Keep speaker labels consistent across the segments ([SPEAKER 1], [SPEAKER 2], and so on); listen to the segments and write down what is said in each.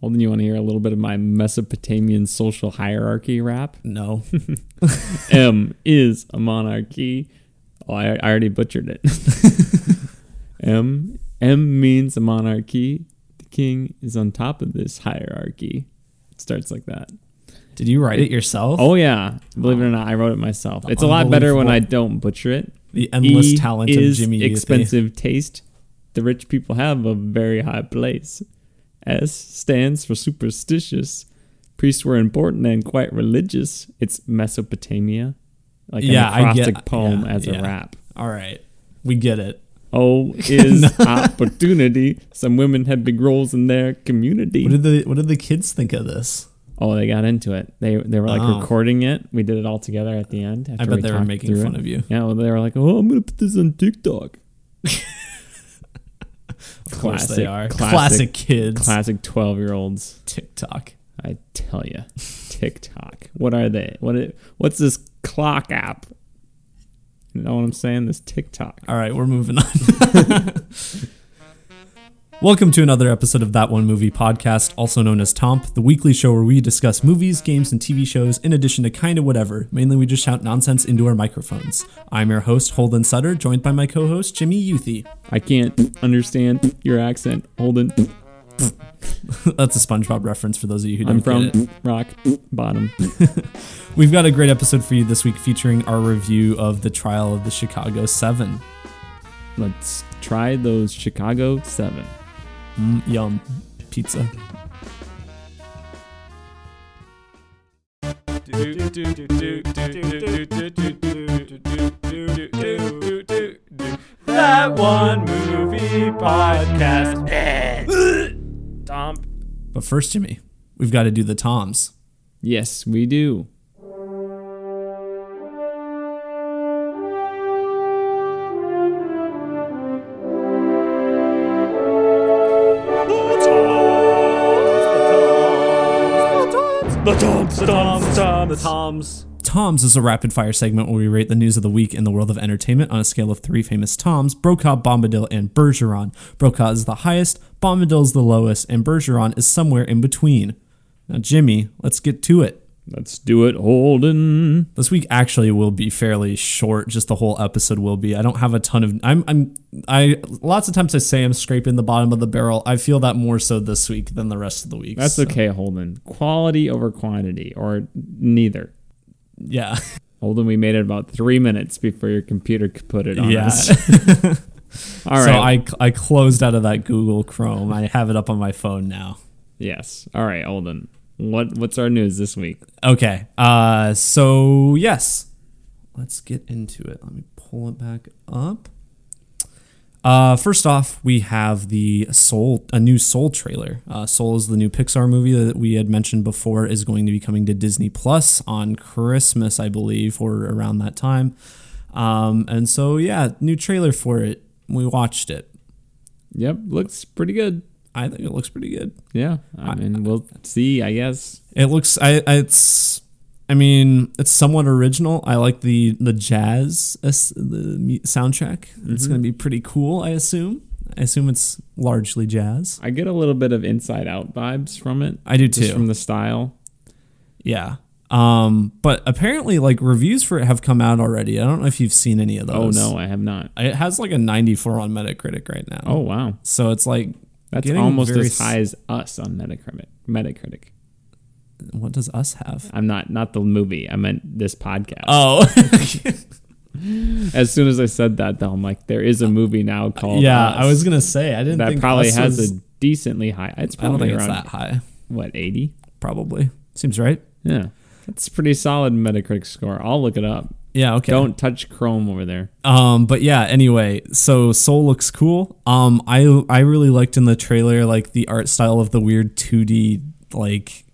[SPEAKER 1] Well, then you want to hear a little bit of my Mesopotamian social hierarchy rap.
[SPEAKER 2] No.
[SPEAKER 1] M is a monarchy. Oh, I, I already butchered it. M M means a monarchy. The king is on top of this hierarchy. It starts like that.
[SPEAKER 2] Did you write it yourself?
[SPEAKER 1] Oh yeah, believe it or not, I wrote it myself. It's a lot better when I don't butcher it.
[SPEAKER 2] The endless
[SPEAKER 1] E
[SPEAKER 2] talent of
[SPEAKER 1] is
[SPEAKER 2] Jimmy Yuppie.
[SPEAKER 1] Expensive taste. The rich people have a very high place. S stands for superstitious. Priests were important and quite religious. It's Mesopotamia, like
[SPEAKER 2] Yeah, I
[SPEAKER 1] an
[SPEAKER 2] get-
[SPEAKER 1] acrostic poem
[SPEAKER 2] yeah,
[SPEAKER 1] as a
[SPEAKER 2] yeah.
[SPEAKER 1] rap.
[SPEAKER 2] All right. We get it.
[SPEAKER 1] O is opportunity. Some women had big roles in their community.
[SPEAKER 2] What did the what did the kids think of this?
[SPEAKER 1] oh, they got into it. They they were like
[SPEAKER 2] Oh.
[SPEAKER 1] recording it. We did it all together at the end. After
[SPEAKER 2] I bet
[SPEAKER 1] we
[SPEAKER 2] they were
[SPEAKER 1] talked
[SPEAKER 2] making
[SPEAKER 1] through
[SPEAKER 2] fun
[SPEAKER 1] it.
[SPEAKER 2] of you.
[SPEAKER 1] Yeah, well, they were like, "Oh, I'm gonna put this on TikTok."
[SPEAKER 2] Of course
[SPEAKER 1] Classic-
[SPEAKER 2] they are.
[SPEAKER 1] classic-
[SPEAKER 2] Classic, kids.
[SPEAKER 1] Classic twelve-year-olds.
[SPEAKER 2] TikTok.
[SPEAKER 1] I tell you, TikTok. What are they? What? It, what's this clock app? You know what I'm saying? This TikTok.
[SPEAKER 2] All right, we're moving on. Welcome to another episode of That One Movie Podcast, also known as Tomp, the weekly show where we discuss movies, games, and TV shows, in addition to kinda whatever. Mainly, we just shout nonsense into our microphones. I'm your host, Holden Sutter, joined by my co host, Jimmy Youthy.
[SPEAKER 1] I can't understand your accent, Holden.
[SPEAKER 2] That's a SpongeBob reference for those of you who don't
[SPEAKER 1] I'm
[SPEAKER 2] get
[SPEAKER 1] from
[SPEAKER 2] it.
[SPEAKER 1] rock bottom.
[SPEAKER 2] We've got a great episode for you this week featuring our review of The Trial of the Chicago 7.
[SPEAKER 1] Let's try those Chicago Seven.
[SPEAKER 2] Mm, yum. Pizza.
[SPEAKER 3] That one movie podcast. Dump.
[SPEAKER 2] But first, Jimmy, we've got to do the toms.
[SPEAKER 1] Yes, we do.
[SPEAKER 3] The Toms, the Toms, the Toms, the Toms.
[SPEAKER 2] Toms is a rapid fire segment where we rate the news of the week in the world of entertainment on a scale of three famous Toms Brokaw, Bombadil, and Bergeron. Brokaw is the highest, Bombadil is the lowest, and Bergeron is somewhere in between. Now, Jimmy, let's get to it.
[SPEAKER 1] Let's do it, Holden.
[SPEAKER 2] This week actually will be fairly short. Just the whole episode will be. I don't have a ton of. I'm. I'm. I. Lots of times I say I'm scraping the bottom of the barrel. I feel that more so this week than the rest of the weeks.
[SPEAKER 1] That's
[SPEAKER 2] So,
[SPEAKER 1] okay, Holden. Quality over quantity, or neither.
[SPEAKER 2] Yeah.
[SPEAKER 1] Holden, we made it about three minutes before your computer could put it on
[SPEAKER 2] Yeah.
[SPEAKER 1] us. All right.
[SPEAKER 2] So I. I closed out of that Google Chrome. I have it up on my phone now.
[SPEAKER 1] yes. All right, Holden. What what's our news this week?
[SPEAKER 2] Okay. Uh. So yes. Let's get into it. Let me pull it back up. Uh, first off, we have the Soul, a new Soul trailer. Uh, Soul is the new Pixar movie that we had mentioned before is going to be coming to Disney Plus on Christmas, I believe, or around that time. Um, and so, yeah, new trailer for it. We watched it.
[SPEAKER 1] Yep, looks pretty good.
[SPEAKER 2] I think it looks pretty good.
[SPEAKER 1] Yeah, I mean, we'll see. I guess.
[SPEAKER 2] It looks. I. I- It's. I mean, it's somewhat original. I like the the jazz as- the mu- soundtrack.
[SPEAKER 1] Mm-hmm.
[SPEAKER 2] It's going to be pretty cool. I assume. I assume it's largely jazz.
[SPEAKER 1] I get a little bit of Inside Out vibes from it.
[SPEAKER 2] I do
[SPEAKER 1] just
[SPEAKER 2] too.
[SPEAKER 1] from the style.
[SPEAKER 2] yeah. Um. But apparently, like reviews for it have come out already. I don't know if you've seen any of
[SPEAKER 1] Oh
[SPEAKER 2] those.
[SPEAKER 1] no, I have not.
[SPEAKER 2] It has like a 94 on Metacritic right now.
[SPEAKER 1] Oh wow,
[SPEAKER 2] So it's like
[SPEAKER 1] that's
[SPEAKER 2] getting
[SPEAKER 1] almost
[SPEAKER 2] very
[SPEAKER 1] as high as us on Metacritic. Metacritic.
[SPEAKER 2] s- What does us have?
[SPEAKER 1] I'm not not the movie. I meant this podcast.
[SPEAKER 2] Oh.
[SPEAKER 1] As soon as I said that, though, I'm like, there is a movie now called
[SPEAKER 2] Oh. yeah.
[SPEAKER 1] Us
[SPEAKER 2] I was gonna say I didn't.
[SPEAKER 1] that
[SPEAKER 2] think
[SPEAKER 1] probably
[SPEAKER 2] us
[SPEAKER 1] has
[SPEAKER 2] was-
[SPEAKER 1] a decently high. It's
[SPEAKER 2] I don't
[SPEAKER 1] probably
[SPEAKER 2] think it's
[SPEAKER 1] around
[SPEAKER 2] that high.
[SPEAKER 1] what 80.
[SPEAKER 2] Probably seems right.
[SPEAKER 1] Yeah, that's a pretty solid Metacritic score. I'll look it up.
[SPEAKER 2] Yeah, okay.
[SPEAKER 1] Don't touch Chrome over there.
[SPEAKER 2] Um, but yeah, anyway, so Soul looks cool. Um, I I really liked in the trailer like the art style of the weird 2D like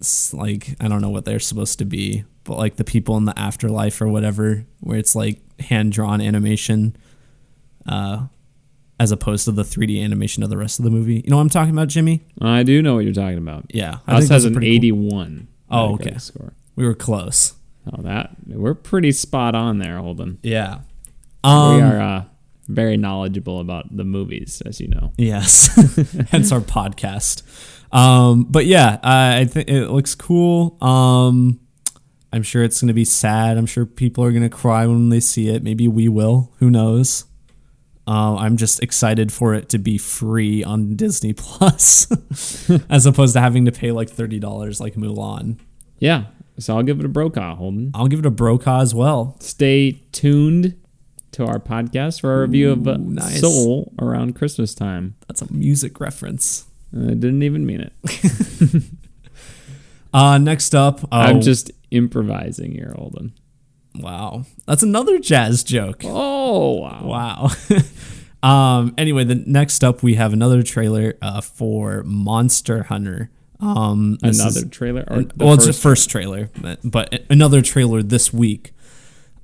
[SPEAKER 2] s- like I don't know what they're supposed to be, but like the people in the afterlife or whatever, where it's like hand drawn animation uh as opposed to the 3D animation of the rest of the movie. You know what I'm talking about, Jimmy?
[SPEAKER 1] I do know what you're talking about.
[SPEAKER 2] Yeah.
[SPEAKER 1] Us
[SPEAKER 2] that's
[SPEAKER 1] has an
[SPEAKER 2] pretty cool-
[SPEAKER 1] 81.
[SPEAKER 2] Oh,
[SPEAKER 1] Metacritic
[SPEAKER 2] okay.
[SPEAKER 1] Score.
[SPEAKER 2] We were close.
[SPEAKER 1] Oh, that we're pretty spot on there, Holden.
[SPEAKER 2] Yeah. Um
[SPEAKER 1] we are uh, very knowledgeable about the movies, as you know.
[SPEAKER 2] Yes, hence our podcast. Um, but yeah, I I think it looks cool. Um, I'm sure it's going to be sad. I'm sure people are going to cry when they see it. Maybe we will. Who knows? Uh, I'm just excited for it to be free on Disney Plus, as opposed to having to pay like thirty dollars like Mulan.
[SPEAKER 1] Yeah, so I'll give it a Brokaw, Holden.
[SPEAKER 2] I'll give it a Brokaw as well.
[SPEAKER 1] Stay tuned to our podcast for our review of uh,
[SPEAKER 2] nice.
[SPEAKER 1] Soul around Christmas time. Uh,
[SPEAKER 2] That's a music reference.
[SPEAKER 1] I didn't even mean it.
[SPEAKER 2] Uh, next up, oh,
[SPEAKER 1] I'm just improvising here, Holden.
[SPEAKER 2] wow. That's another jazz joke.
[SPEAKER 1] Oh wow!
[SPEAKER 2] Wow. um, anyway, the next up we have another trailer uh, for Monster Hunter. Um, this is-
[SPEAKER 1] Another trailer? Or the
[SPEAKER 2] well, it's
[SPEAKER 1] first-
[SPEAKER 2] the first trailer, but, but another trailer this week.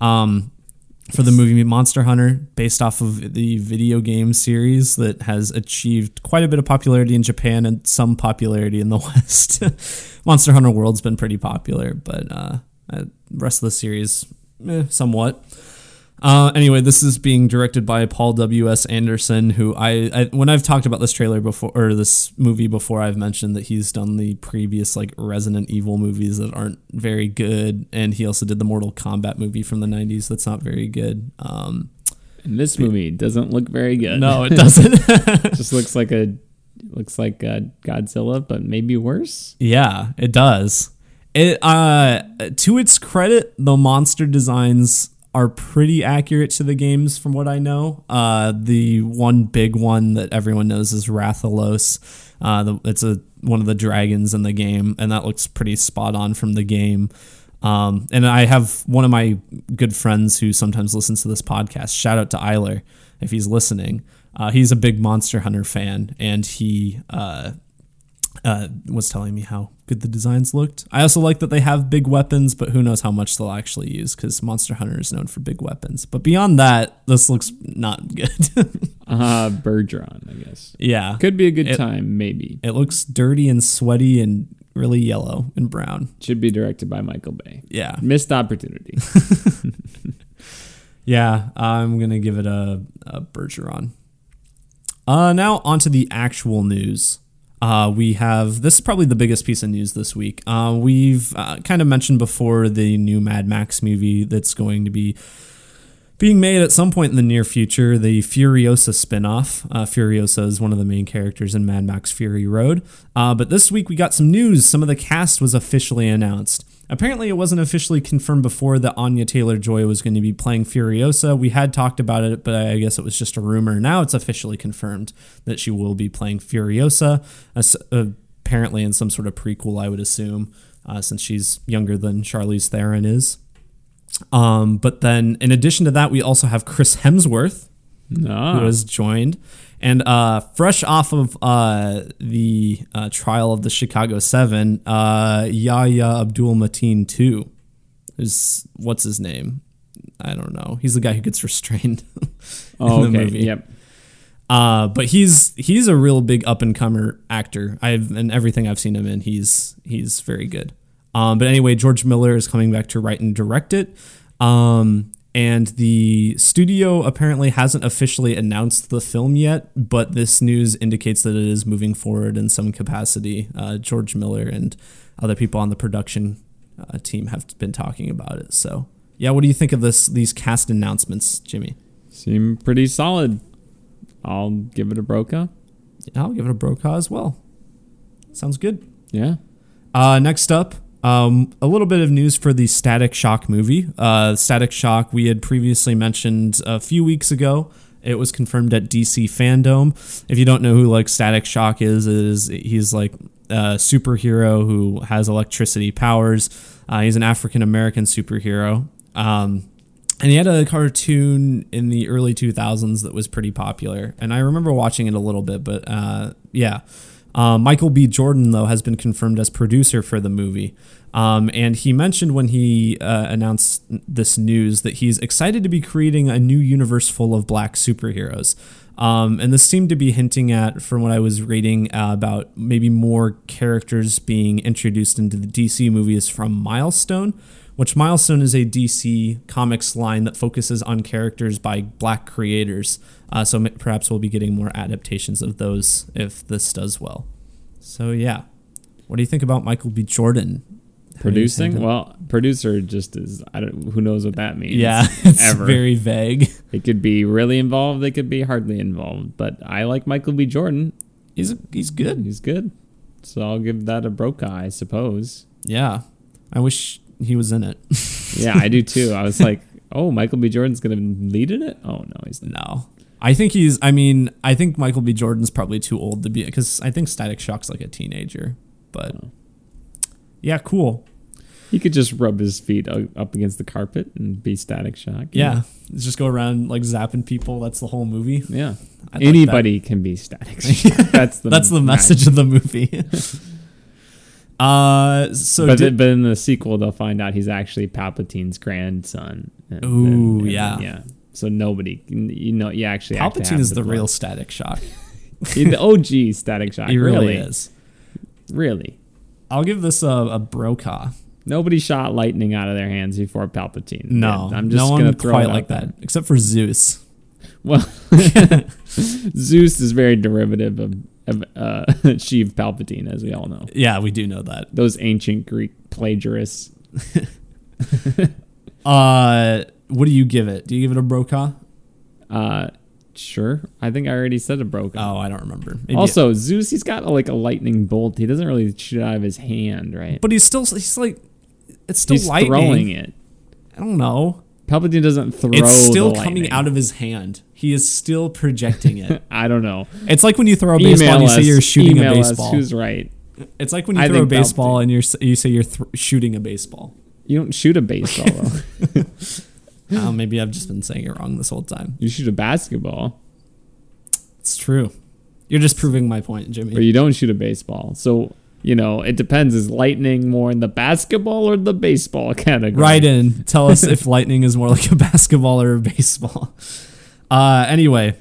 [SPEAKER 2] Um, for the movie Monster Hunter, based off of the video game series that has achieved quite a bit of popularity in Japan and some popularity in the West. Monster Hunter World's been pretty popular, but uh, uh, rest of the series, eh, somewhat. Uh, anyway, this is being directed by Paul W. S. Anderson, who I, I when I've talked about this trailer before or this movie before, I've mentioned that he's done the previous like Resident Evil movies that aren't very good, and he also did the Mortal Kombat movie from the '90s that's not very good. Um,
[SPEAKER 1] And this movie doesn't look very good.
[SPEAKER 2] no, it doesn't.
[SPEAKER 1] just looks like a looks like a Godzilla, but maybe worse.
[SPEAKER 2] Yeah, it does. It uh to its credit, the monster designs are pretty accurate to the games from what I know. Uh the one big one that everyone knows is Rathalos. Uh the, it's a one of the dragons in the game and that looks pretty spot on from the game. Um, and I have one of my good friends who sometimes listens to this podcast. Shout out to Eiler if he's listening. Uh, he's a big Monster Hunter fan, and he uh, uh, was telling me how good the designs looked. I also like that they have big weapons, but who knows how much they'll actually use because Monster Hunter is known for big weapons. But beyond that, this looks not good.
[SPEAKER 1] Uh Bergeron, I guess.
[SPEAKER 2] yeah.
[SPEAKER 1] Could be a good
[SPEAKER 2] It-
[SPEAKER 1] time, maybe.
[SPEAKER 2] It looks dirty and sweaty and really yellow and brown.
[SPEAKER 1] Should be directed by Michael Bay.
[SPEAKER 2] Yeah.
[SPEAKER 1] Missed opportunity.
[SPEAKER 2] Yeah, I'm gonna give it a, a Bergeron. Uh, now onto the actual news. Uh, we have this is probably the biggest piece of news this week. Uh, we've uh, kind of mentioned before the new Mad Max movie that's going to be being made at some point in the near future, the Furiosa spinoff. Uh, Furiosa is one of the main characters in Mad Max Fury Road. Uh, but this week we got some news. Some of the cast was officially announced. Apparently, it wasn't officially confirmed before that Anya Taylor Joy was going to be playing Furiosa. We had talked about it, but I guess it was just a rumor. Now it's officially confirmed that she will be playing Furiosa, as- uh, apparently in some sort of prequel, I would assume, uh, since she's younger than Charlize Theron is. Um, but then, in addition to that, we also have Chris Hemsworth, who
[SPEAKER 1] no.
[SPEAKER 2] has joined, and uh, fresh off of uh, the uh, trial of the Chicago Seven, uh, Yahya Abdul Mateen too. Is what's his name? I don't know. He's the guy who gets restrained. in
[SPEAKER 1] Oh,
[SPEAKER 2] the
[SPEAKER 1] okay.
[SPEAKER 2] movie.
[SPEAKER 1] Yep.
[SPEAKER 2] Uh, but he's he's a real big up and comer actor. I've and everything I've seen him in, he's he's very good. Um, but anyway, George Miller is coming back to write and direct it. Um, and the studio apparently hasn't officially announced the film yet, but this news indicates that it is moving forward in some capacity. Uh, George Miller and other people on the production uh, team have been talking about it. So, yeah, what do you think of this? These cast announcements, Jimmy?
[SPEAKER 1] Seem pretty solid. I'll give it a Broca.
[SPEAKER 2] I'll give it a Brokaw as well. Sounds good.
[SPEAKER 1] Yeah.
[SPEAKER 2] Uh, next up, um, a little bit of news for the Static Shock movie. Uh, Static Shock, we had previously mentioned a few weeks ago. It was confirmed at DC Fandom. If you don't know who like Static Shock is, it is he's like a superhero who has electricity powers. Uh, he's an African American superhero. Um, and he had a cartoon in the early 2000s that was pretty popular and i remember watching it a little bit but uh, yeah uh, michael b jordan though has been confirmed as producer for the movie um, and he mentioned when he uh, announced this news that he's excited to be creating a new universe full of black superheroes um, and this seemed to be hinting at, from what I was reading, uh, about maybe more characters being introduced into the DC movies from Milestone, which milestone is a DC Comics line that focuses on characters by Black creators. Uh, so m- perhaps we'll be getting more adaptations of those if this does well. So yeah, what do you think about Michael B. Jordan How do you think
[SPEAKER 1] Producing?
[SPEAKER 2] of-
[SPEAKER 1] Well, producer just is. I don't. Who knows what that means?
[SPEAKER 2] yeah, it's
[SPEAKER 1] ever.
[SPEAKER 2] very vague.
[SPEAKER 1] It could be really involved. They could be hardly involved. But I like Michael B. Jordan.
[SPEAKER 2] He's he's good.
[SPEAKER 1] He's good. So I'll give that a Broca, I suppose.
[SPEAKER 2] Yeah, I wish he was in it.
[SPEAKER 1] Yeah, I do too. I was like, oh, Michael B. Jordan's gonna lead in it. Oh no, he's not.
[SPEAKER 2] No. I think he's. I mean, I think Michael B. Jordan's probably too old to be because I think Static Shock's like a teenager. But
[SPEAKER 1] Oh.
[SPEAKER 2] yeah, cool.
[SPEAKER 1] He could just rub his feet u- up against the carpet and be Static Shock.
[SPEAKER 2] Yeah, Let's just go around like zapping people. That's the whole movie.
[SPEAKER 1] yeah.
[SPEAKER 2] I'd like that.
[SPEAKER 1] Anybody can be Static Shock. That's the
[SPEAKER 2] That's the message of the movie. uh, so
[SPEAKER 1] but,
[SPEAKER 2] did-
[SPEAKER 1] th- but in the sequel, they'll find out he's actually Palpatine's grandson. And then-
[SPEAKER 2] Ooh,
[SPEAKER 1] and then-
[SPEAKER 2] yeah.
[SPEAKER 1] yeah. So nobody, can- you know, you actually have to
[SPEAKER 2] Palpatine
[SPEAKER 1] have
[SPEAKER 2] is the,
[SPEAKER 1] blood.
[SPEAKER 2] real Static Shock.
[SPEAKER 1] He's the OG Static Shock.
[SPEAKER 2] he really,
[SPEAKER 1] really,
[SPEAKER 2] is.
[SPEAKER 1] Really.
[SPEAKER 2] I'll give this a, a broca.
[SPEAKER 1] Nobody shot lightning out of their hands before Palpatine.
[SPEAKER 2] No,
[SPEAKER 1] Yeah, I'm just
[SPEAKER 2] no
[SPEAKER 1] gonna
[SPEAKER 2] one
[SPEAKER 1] throw
[SPEAKER 2] quite
[SPEAKER 1] it out
[SPEAKER 2] like
[SPEAKER 1] there.
[SPEAKER 2] that, except for Zeus.
[SPEAKER 1] Well, Zeus is very derivative of, of uh, Sheev Palpatine, as we all know.
[SPEAKER 2] Yeah, we do know that.
[SPEAKER 1] Those ancient Greek plagiarists.
[SPEAKER 2] Uh, what do you give it? Do you give it a broca?
[SPEAKER 1] Uh, sure, I think I already said a broken.
[SPEAKER 2] Oh, I don't remember. Maybe-
[SPEAKER 1] also, Zeus, he's got like a lightning bolt. He doesn't really shoot out of his hand, right?
[SPEAKER 2] but he's still he's like it's still
[SPEAKER 1] he's
[SPEAKER 2] lightning.
[SPEAKER 1] throwing it.
[SPEAKER 2] I don't know.
[SPEAKER 1] Palpatine doesn't throw.
[SPEAKER 2] it's still
[SPEAKER 1] the
[SPEAKER 2] coming
[SPEAKER 1] lightning.
[SPEAKER 2] out of his hand. He is still projecting it.
[SPEAKER 1] I don't know.
[SPEAKER 2] it's like when you throw a baseball and you say you're shooting a
[SPEAKER 1] email us
[SPEAKER 2] baseball.
[SPEAKER 1] Who's right?
[SPEAKER 2] It's like when you
[SPEAKER 1] I
[SPEAKER 2] throw a
[SPEAKER 1] think Palpatine.
[SPEAKER 2] baseball and you're s- you say you're th- shooting a baseball.
[SPEAKER 1] You don't shoot a baseball though.
[SPEAKER 2] Uh, maybe I've just been saying it wrong this whole time.
[SPEAKER 1] you shoot a basketball,
[SPEAKER 2] It's true. You're just proving my point,
[SPEAKER 1] but
[SPEAKER 2] Jimmy.
[SPEAKER 1] you don't shoot a baseball. So you know it depends. Is lightning more in the basketball or the baseball category?
[SPEAKER 2] Write in. Tell us if lightning is more like a basketball or a baseball. Uh, anyway,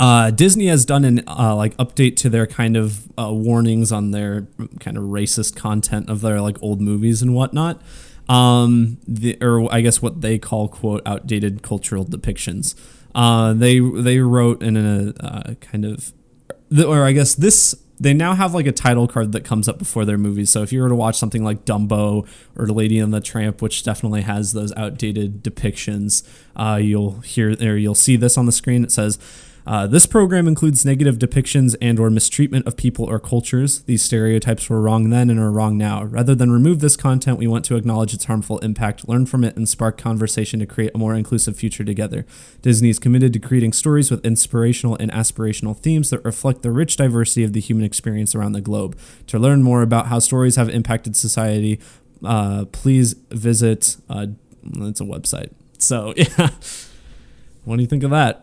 [SPEAKER 2] uh, Disney has done an uh, like update to their kind of uh, warnings on their kind of racist content of their like old movies and whatnot. Um, the, or I guess what they call quote outdated cultural depictions. Uh, they they wrote in a uh, kind of, the, or I guess this they now have like a title card that comes up before their movies. So if you were to watch something like Dumbo or Lady and the Tramp, which definitely has those outdated depictions, uh, you'll hear or you'll see this on the screen. It says. Uh, this program includes negative depictions and or mistreatment of people or cultures. These stereotypes were wrong then and are wrong now. Rather than remove this content, we want to acknowledge its harmful impact, learn from it, and spark conversation to create a more inclusive future together. Disney is committed to creating stories with inspirational and aspirational themes that reflect the rich diversity of the human experience around the globe. To learn more about how stories have impacted society, uh, please visit. Uh, it's a website. So yeah, what do you think of that?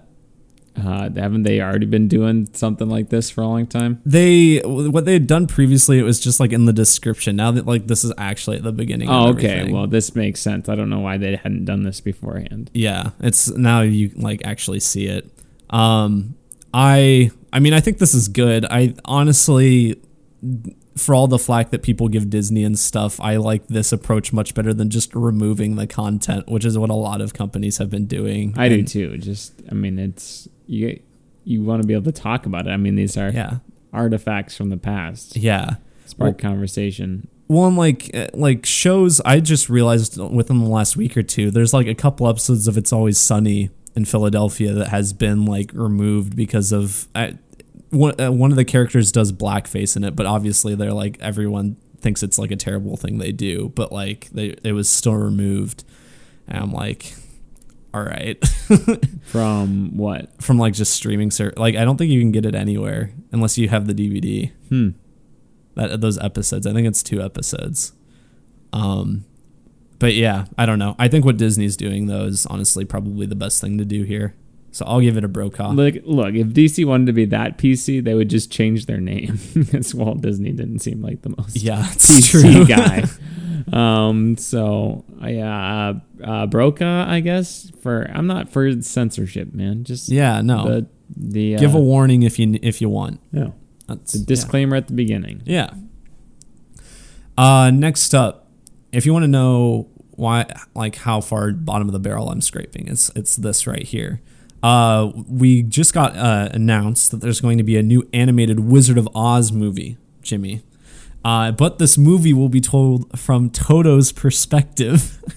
[SPEAKER 1] Uh, haven't they already been doing something like this for a long time?
[SPEAKER 2] they what they had done previously it was just like in the description now that like this is actually at the beginning of
[SPEAKER 1] Oh, okay.
[SPEAKER 2] everything.
[SPEAKER 1] Well, this makes sense. I don't know why they hadn't done this beforehand.
[SPEAKER 2] yeah it's now you like actually see it um i i mean i think this is good i honestly for all the flack that people give disney and stuff i like this approach much better than just removing the content which is what a lot of companies have been doing
[SPEAKER 1] I do
[SPEAKER 2] And-
[SPEAKER 1] too. Just, I mean, it's you. You want to be able to talk about it. I mean, these are
[SPEAKER 2] yeah
[SPEAKER 1] artifacts from the past.
[SPEAKER 2] yeah
[SPEAKER 1] Spark conversation.
[SPEAKER 2] Well, and like uh, like shows, I just realized within the last week or two, there's like a couple episodes of It's Always Sunny in Philadelphia that has been like removed because of I, one uh, one of the characters does blackface in it, but obviously they're like everyone thinks it's like a terrible thing they do, but like they it was still removed. And I'm like, all right,
[SPEAKER 1] From what?
[SPEAKER 2] from like just streaming ser- like I don't think you can get it anywhere unless you have the DVD
[SPEAKER 1] Hmm.
[SPEAKER 2] that those episodes. I think it's two episodes. Um, but yeah, I don't know. I think what Disney's doing though is honestly probably the best thing to do here. So I'll give it a Brokaw.
[SPEAKER 1] Uh, Look, look. If DC wanted to be that PC, they would just change their name. Because Walt Disney didn't seem like the most
[SPEAKER 2] yeah, it's true.
[SPEAKER 1] PC guy. Um. So yeah, uh, uh, Broca, I guess. For I'm not for censorship, man. Just
[SPEAKER 2] yeah, no.
[SPEAKER 1] The the uh,
[SPEAKER 2] Give a warning if you if you want.
[SPEAKER 1] no,
[SPEAKER 2] That's
[SPEAKER 1] the disclaimer at the beginning.
[SPEAKER 2] Yeah. yeah. Uh, next up, if you want to know why like how far bottom of the barrel I'm scraping. It's it's this right here. Uh, we just got uh, announced that there's going to be a new animated Wizard of Oz movie, Jimmy. Uh, but this movie will be told from Toto's perspective.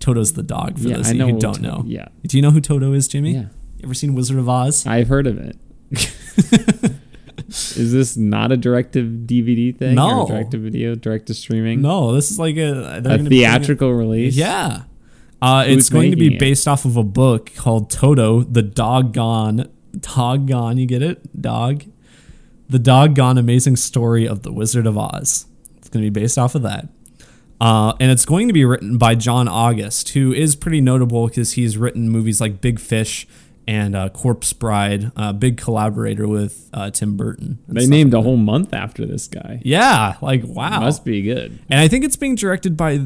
[SPEAKER 2] Toto's the dog. For
[SPEAKER 1] Yeah,
[SPEAKER 2] those
[SPEAKER 1] I
[SPEAKER 2] of you
[SPEAKER 1] know
[SPEAKER 2] who don't
[SPEAKER 1] Toto-
[SPEAKER 2] know,
[SPEAKER 1] yeah.
[SPEAKER 2] Do you know who Toto is, Jimmy?
[SPEAKER 1] Yeah.
[SPEAKER 2] You ever seen Wizard of Oz?
[SPEAKER 1] I've heard of it. Is this not a directive DVD thing?
[SPEAKER 2] No.
[SPEAKER 1] Or direct to video, direct to streaming?
[SPEAKER 2] No, this is like
[SPEAKER 1] A
[SPEAKER 2] a, they're gonna be doing it-
[SPEAKER 1] theatrical release?
[SPEAKER 2] Yeah. Uh,
[SPEAKER 1] Who's
[SPEAKER 2] it's going to be
[SPEAKER 1] making it?
[SPEAKER 2] based off of a book called Toto, the Doggone, Doggone, you get it? Dog. The Doggone Amazing Story of the Wizard of Oz. It's going to be based off of that. Uh, and it's going to be written by John August, who is pretty notable because he's written movies like Big Fish and uh, Corpse Bride, a big collaborator with uh, Tim Burton. and
[SPEAKER 1] They
[SPEAKER 2] stuff
[SPEAKER 1] named
[SPEAKER 2] like
[SPEAKER 1] a
[SPEAKER 2] that.
[SPEAKER 1] whole month after this guy.
[SPEAKER 2] Yeah, like wow.
[SPEAKER 1] Must be good.
[SPEAKER 2] And I think it's being directed by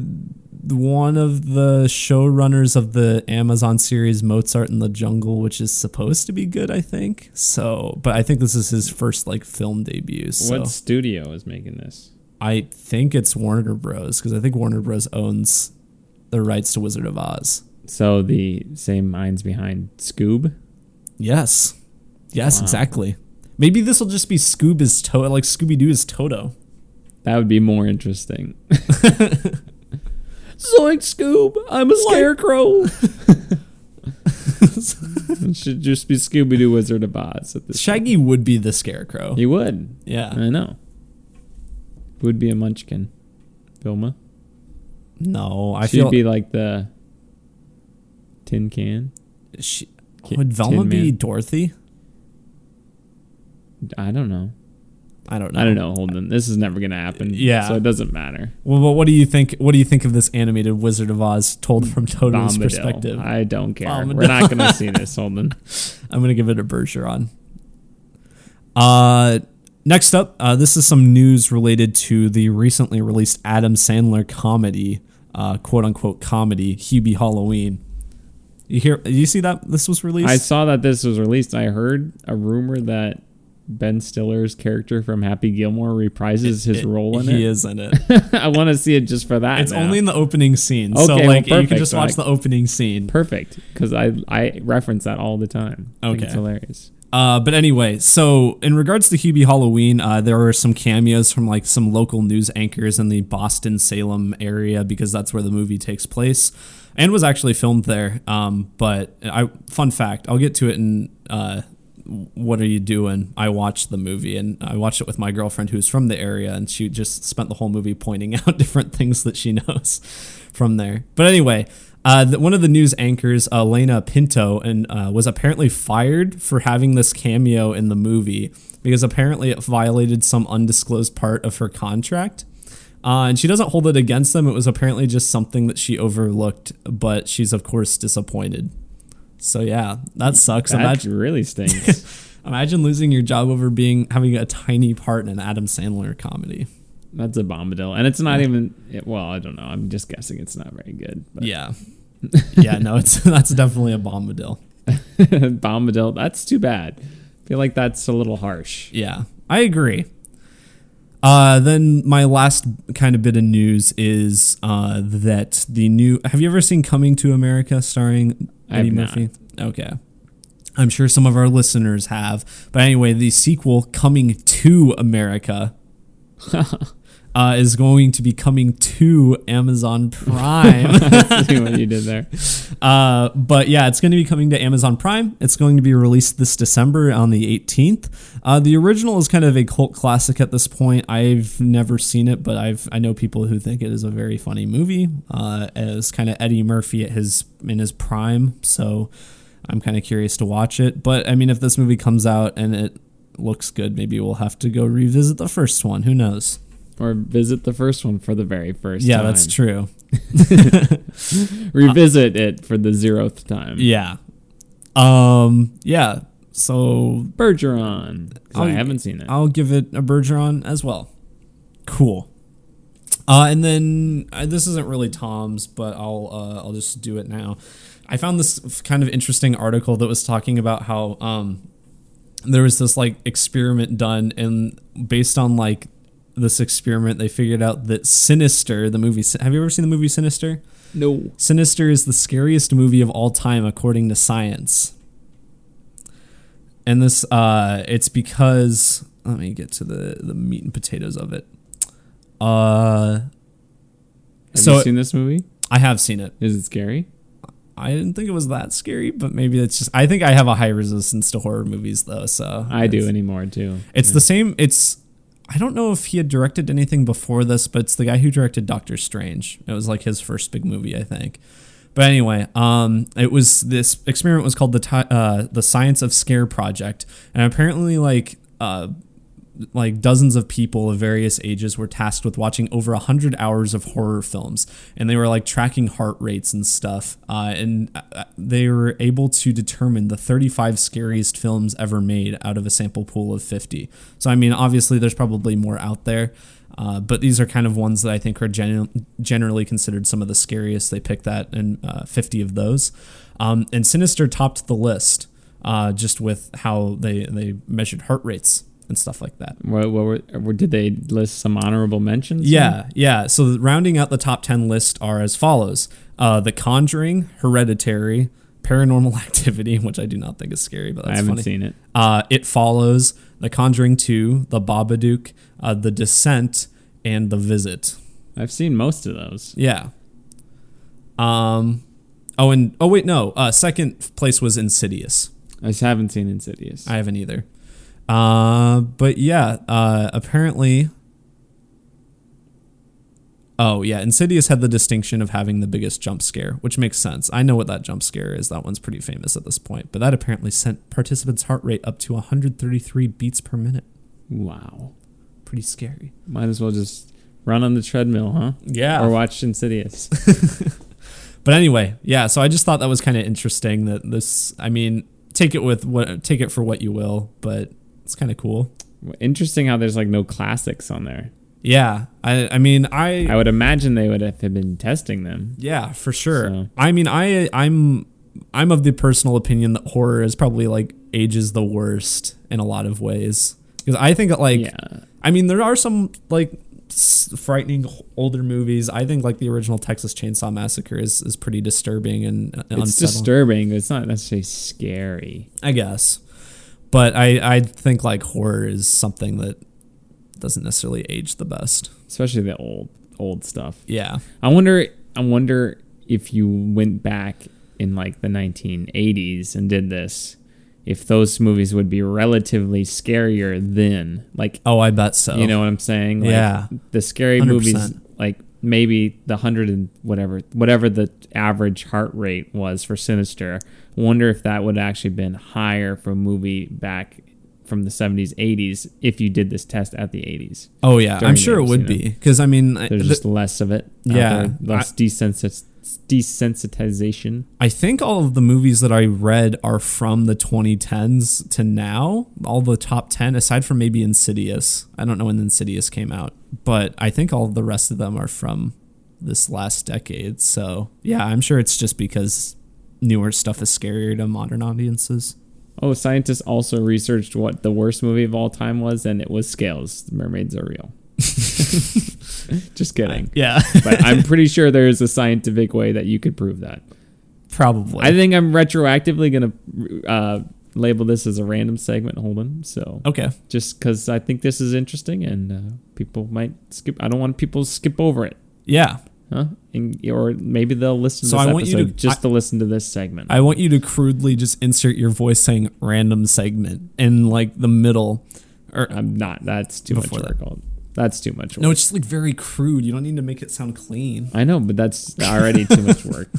[SPEAKER 2] one of the showrunners of the Amazon series Mozart in the Jungle, which is supposed to be good, I think. So, but I think this is his first like film debut. So
[SPEAKER 1] What studio is making this?
[SPEAKER 2] I think it's Warner Bros. because I think Warner Bros. owns the rights to Wizard of Oz.
[SPEAKER 1] So the same minds behind Scoob.
[SPEAKER 2] Yes, yes, exactly. Maybe this will just be Scoob is Toto, like Scooby Doo is Toto.
[SPEAKER 1] That would be more interesting. Zoink Scoob, I'm a scarecrow. it should just be Scooby Doo Wizard of Oz at this.
[SPEAKER 2] Shaggy would be the Scarecrow.
[SPEAKER 1] He would.
[SPEAKER 2] Yeah.
[SPEAKER 1] I know. Would be a munchkin. Vilma.
[SPEAKER 2] No, I
[SPEAKER 1] She'd
[SPEAKER 2] feel
[SPEAKER 1] be like the tin can.
[SPEAKER 2] she,
[SPEAKER 1] Ki-
[SPEAKER 2] would Velma
[SPEAKER 1] Tin
[SPEAKER 2] be
[SPEAKER 1] Man.
[SPEAKER 2] Dorothy?
[SPEAKER 1] I don't know.
[SPEAKER 2] I don't know.
[SPEAKER 1] I don't know, Holden. This is never gonna happen.
[SPEAKER 2] Yeah.
[SPEAKER 1] So it doesn't matter.
[SPEAKER 2] Well, but what do you think? What do you think of this animated Wizard of Oz told from Toto's
[SPEAKER 1] Mm, Bombadil.
[SPEAKER 2] perspective? I,
[SPEAKER 1] I don't care.
[SPEAKER 2] Bombadil.
[SPEAKER 1] We're not gonna see this, Holden.
[SPEAKER 2] am gonna give it a Bergeron. Uh, next up, uh, this is some news related to the recently released Adam Sandler comedy, uh, quote unquote comedy, Hubie Halloween. You hear? You see that this was released?
[SPEAKER 1] I saw that this was released. I heard a rumor that Ben Stiller's character from Happy Gilmore reprises his role in
[SPEAKER 2] he
[SPEAKER 1] it.
[SPEAKER 2] is in it.
[SPEAKER 1] I want to see it just for that.
[SPEAKER 2] It's
[SPEAKER 1] now.
[SPEAKER 2] only in the opening scene,
[SPEAKER 1] Okay,
[SPEAKER 2] so
[SPEAKER 1] well,
[SPEAKER 2] like you can
[SPEAKER 1] perfect,
[SPEAKER 2] just watch
[SPEAKER 1] like-
[SPEAKER 2] the opening scene.
[SPEAKER 1] perfect because I I reference that all the time. I think
[SPEAKER 2] Okay.
[SPEAKER 1] it's hilarious.
[SPEAKER 2] Uh, but anyway, so in regards to Hubie Halloween, uh, there were some cameos from like some local news anchors in the Boston Salem area because that's where the movie takes place, and was actually filmed there. Um, but I fun fact, I'll get to it in uh, what are you doing? I watched the movie and I watched it with my girlfriend who's from the area, and she just spent the whole movie pointing out different things that she knows from there. But anyway, uh, the, one of the news anchors, Elena Pinto, and uh, was apparently fired for having this cameo in the movie because apparently it violated some undisclosed part of her contract. Uh, and she doesn't hold it against them. It was apparently just something that she overlooked, but she's of course disappointed. So yeah, that sucks.
[SPEAKER 1] That
[SPEAKER 2] Imagine
[SPEAKER 1] really stinks.
[SPEAKER 2] Imagine losing your job over being having a tiny part in an Adam Sandler comedy.
[SPEAKER 1] That's a bombadil, and it's not even. It, well, I don't know. I'm just guessing it's not very good. But
[SPEAKER 2] Yeah. yeah, no, it's that's definitely a bombadil.
[SPEAKER 1] bombadil. That's too bad. I feel like that's a little harsh.
[SPEAKER 2] Yeah, I agree. Uh, then my last kind of bit of news is uh, that the new. Have you ever seen Coming to America starring
[SPEAKER 1] I have
[SPEAKER 2] Eddie
[SPEAKER 1] not.
[SPEAKER 2] Murphy? Okay. I'm sure some of our listeners have. But anyway, the sequel, Coming to America, uh, is going to be coming to Amazon Prime.
[SPEAKER 1] See what you did there.
[SPEAKER 2] Uh, but yeah, it's going to be coming to Amazon Prime. It's going to be released this December on the 18th. Uh, the original is kind of a cult classic at this point. I've never seen it, but I've I know people who think it is a very funny movie. Uh, as kind of Eddie Murphy at his in his prime, so I'm kind of curious to watch it. But I mean, if this movie comes out and it looks good, maybe we'll have to go revisit the first one. Who knows?
[SPEAKER 1] Or visit the first one for the very first
[SPEAKER 2] yeah,
[SPEAKER 1] time.
[SPEAKER 2] that's true.
[SPEAKER 1] Revisit it for the zeroth time.
[SPEAKER 2] Yeah. Um. Yeah. So
[SPEAKER 1] Bergeron. 'cause I
[SPEAKER 2] I'll-
[SPEAKER 1] haven't seen it.
[SPEAKER 2] I'll give it a Bergeron as well. Cool. Uh, and then I, this isn't really Tom's, but I'll uh, I'll just do it now. I found this f- kind of interesting article that was talking about how um, there was this like experiment done and based on like this experiment, they figured out that Sinister, the movie. Sin- Have you ever seen the movie Sinister?
[SPEAKER 1] No.
[SPEAKER 2] Sinister is the scariest movie of all time, according to science. And this, uh, it's because let me get to the the meat and potatoes of it. Uh,
[SPEAKER 1] Have
[SPEAKER 2] So-
[SPEAKER 1] you seen this movie?
[SPEAKER 2] I have seen it.
[SPEAKER 1] Is it scary?
[SPEAKER 2] I didn't think it was that scary, but maybe it's just. I think I have a high resistance to horror movies, though. So
[SPEAKER 1] I
[SPEAKER 2] it's-
[SPEAKER 1] do anymore too.
[SPEAKER 2] It's the same. It's I don't know if he had directed anything before this, but it's the guy who directed Doctor Strange. It was like his first big movie, I think. But anyway, um, it was this experiment was called the ti uh, the Science of Scare Project, and apparently, like uh, like dozens of people of various ages were tasked with watching over 100 hours of horror films and they were like tracking heart rates and stuff uh, and uh, they were able to determine the 35 scariest films ever made out of a sample pool of 50 so i mean obviously there's probably more out there uh, but these are kind of ones that i think are gen- generally considered some of the scariest they picked that and uh, 50 of those um, and sinister topped the list uh, just with how they, they measured heart rates and stuff like that.
[SPEAKER 1] What, what were, were- did they list some honorable mentions?
[SPEAKER 2] Yeah, yeah. So the- rounding out the top 10 list are as follows uh, The Conjuring, Hereditary, Paranormal Activity, which I do not think is scary, but that's
[SPEAKER 1] I haven't
[SPEAKER 2] funny.
[SPEAKER 1] seen it.
[SPEAKER 2] Uh, it Follows, The Conjuring 2, The Babadook, uh, The Descent, and The Visit.
[SPEAKER 1] I've seen most of those.
[SPEAKER 2] Yeah. Um. Oh, and oh wait, no. Uh, second place was Insidious.
[SPEAKER 1] I just haven't seen Insidious.
[SPEAKER 2] I haven't either. Uh, but yeah, uh, apparently. Oh yeah, Insidious had the distinction of having the biggest jump scare, which makes sense. I know what that jump scare is. That one's pretty famous at this point. But that apparently sent participants' heart rate up to 133 beats per minute.
[SPEAKER 1] wow.
[SPEAKER 2] Pretty scary.
[SPEAKER 1] Might as well just run on the treadmill, huh?
[SPEAKER 2] Yeah.
[SPEAKER 1] Or watch Insidious.
[SPEAKER 2] But anyway, yeah. So I just thought that was kind of interesting. That this, I mean, take it with what take it for what you will, but it's kind of cool.
[SPEAKER 1] Interesting how there's like no classics on there.
[SPEAKER 2] Yeah. I I mean I
[SPEAKER 1] I would imagine they would have been testing them.
[SPEAKER 2] Yeah, for sure.
[SPEAKER 1] So-
[SPEAKER 2] I mean, I I'm I'm of the personal opinion that horror is probably like ages the worst in a lot of ways because I think that, like
[SPEAKER 1] yeah.
[SPEAKER 2] I mean there are some like s- frightening h- older movies. I think like the original Texas Chainsaw Massacre is is pretty disturbing and uh, unsettling.
[SPEAKER 1] It's disturbing. It's not necessarily scary.
[SPEAKER 2] I guess. But I I think like horror is something that doesn't necessarily age the best.
[SPEAKER 1] Especially the old old stuff.
[SPEAKER 2] Yeah.
[SPEAKER 1] I wonder I wonder if you went back in like the 1980s and did this if those movies would be relatively scarier then like
[SPEAKER 2] Oh, I bet so.
[SPEAKER 1] you know what I'm saying like,
[SPEAKER 2] Yeah.
[SPEAKER 1] the scary movies
[SPEAKER 2] 100%.
[SPEAKER 1] like maybe the 100 and whatever whatever the average heart rate was for Sinister I wonder if that would actually been higher for a movie back from the 70s 80s if you did this test at the 80s
[SPEAKER 2] Oh yeah,
[SPEAKER 1] during
[SPEAKER 2] I'm sure it
[SPEAKER 1] those,
[SPEAKER 2] would
[SPEAKER 1] you know.
[SPEAKER 2] be because I mean, I,
[SPEAKER 1] there's
[SPEAKER 2] the-
[SPEAKER 1] just less of it. out
[SPEAKER 2] Yeah.
[SPEAKER 1] there, less desensit- desensitization.
[SPEAKER 2] I think all of the movies that I read are from the 2010s to now. All the top 10, aside from maybe Insidious. I don't know when Insidious came out, but I think all of the rest of them are from this last decade. So, yeah, I'm sure it's just because newer stuff is scarier to modern audiences.
[SPEAKER 1] Oh, scientists also researched what the worst movie of all time was, and it was Scales. mermaids are real. just kidding.
[SPEAKER 2] Yeah,
[SPEAKER 1] but I'm pretty sure there is a scientific way that you could prove that.
[SPEAKER 2] probably.
[SPEAKER 1] I think I'm retroactively going to uh, label this as a random segment, Holden. So
[SPEAKER 2] okay.
[SPEAKER 1] just because I think this is interesting and uh, people might skip. I don't want people to skip over it.
[SPEAKER 2] Yeah.
[SPEAKER 1] Huh? And, or maybe they'll listen to
[SPEAKER 2] So
[SPEAKER 1] this
[SPEAKER 2] I
[SPEAKER 1] episode
[SPEAKER 2] want you to-
[SPEAKER 1] just
[SPEAKER 2] I-
[SPEAKER 1] to listen to this segment.
[SPEAKER 2] I want you to crudely just insert your voice saying random segment in like the middle or
[SPEAKER 1] I'm not. That's too
[SPEAKER 2] Before
[SPEAKER 1] much
[SPEAKER 2] that.
[SPEAKER 1] work. I'll- That's too much work.
[SPEAKER 2] No, it's just like very crude. You don't need to make it sound clean.
[SPEAKER 1] I know, but that's already too much work.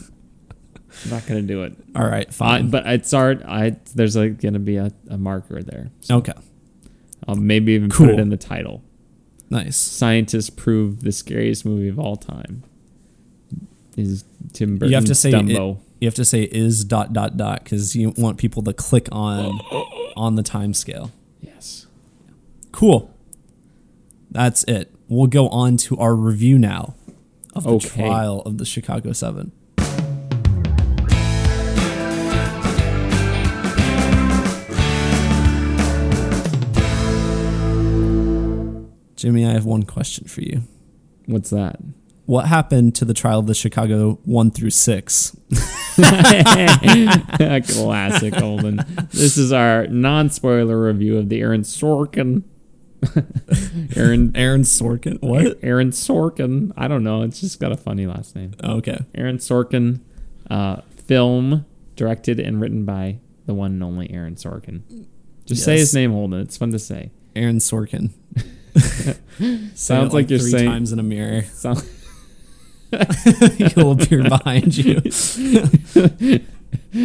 [SPEAKER 1] I'm not gonna do it.
[SPEAKER 2] All right,
[SPEAKER 1] I,
[SPEAKER 2] fine.
[SPEAKER 1] but it's our. I there's like gonna be a, a marker there. So
[SPEAKER 2] okay,
[SPEAKER 1] I'll maybe even put
[SPEAKER 2] Cool.
[SPEAKER 1] it in the title.
[SPEAKER 2] nice.
[SPEAKER 1] Scientists prove the scariest movie of all time is Tim Burton's
[SPEAKER 2] You have to say it-
[SPEAKER 1] Dumbo.
[SPEAKER 2] you have to say is dot dot dot because you want people to click on on the time scale.
[SPEAKER 1] yes.
[SPEAKER 2] Cool. That's it. We'll go on to our review now of the
[SPEAKER 1] Okay.
[SPEAKER 2] trial of the Chicago Seven. Jimmy, I have one question for you.
[SPEAKER 1] What's that?
[SPEAKER 2] What happened to the trial of the Chicago one through six?
[SPEAKER 1] Classic Olden. This is our non-spoiler review of the Aaron Sorkin. Aaron
[SPEAKER 2] Aaron Sorkin. What?
[SPEAKER 1] Aaron Sorkin. I don't know. It's just got a funny last name.
[SPEAKER 2] Okay.
[SPEAKER 1] Aaron Sorkin uh, film directed and written by the one and only Aaron Sorkin. Just say
[SPEAKER 2] Yes.
[SPEAKER 1] his name, Holden. It's fun to say.
[SPEAKER 2] Aaron Sorkin. Say it
[SPEAKER 1] Sounds like you're
[SPEAKER 2] three
[SPEAKER 1] saying-
[SPEAKER 2] times in a mirror.
[SPEAKER 1] So,
[SPEAKER 2] He'll appear behind you.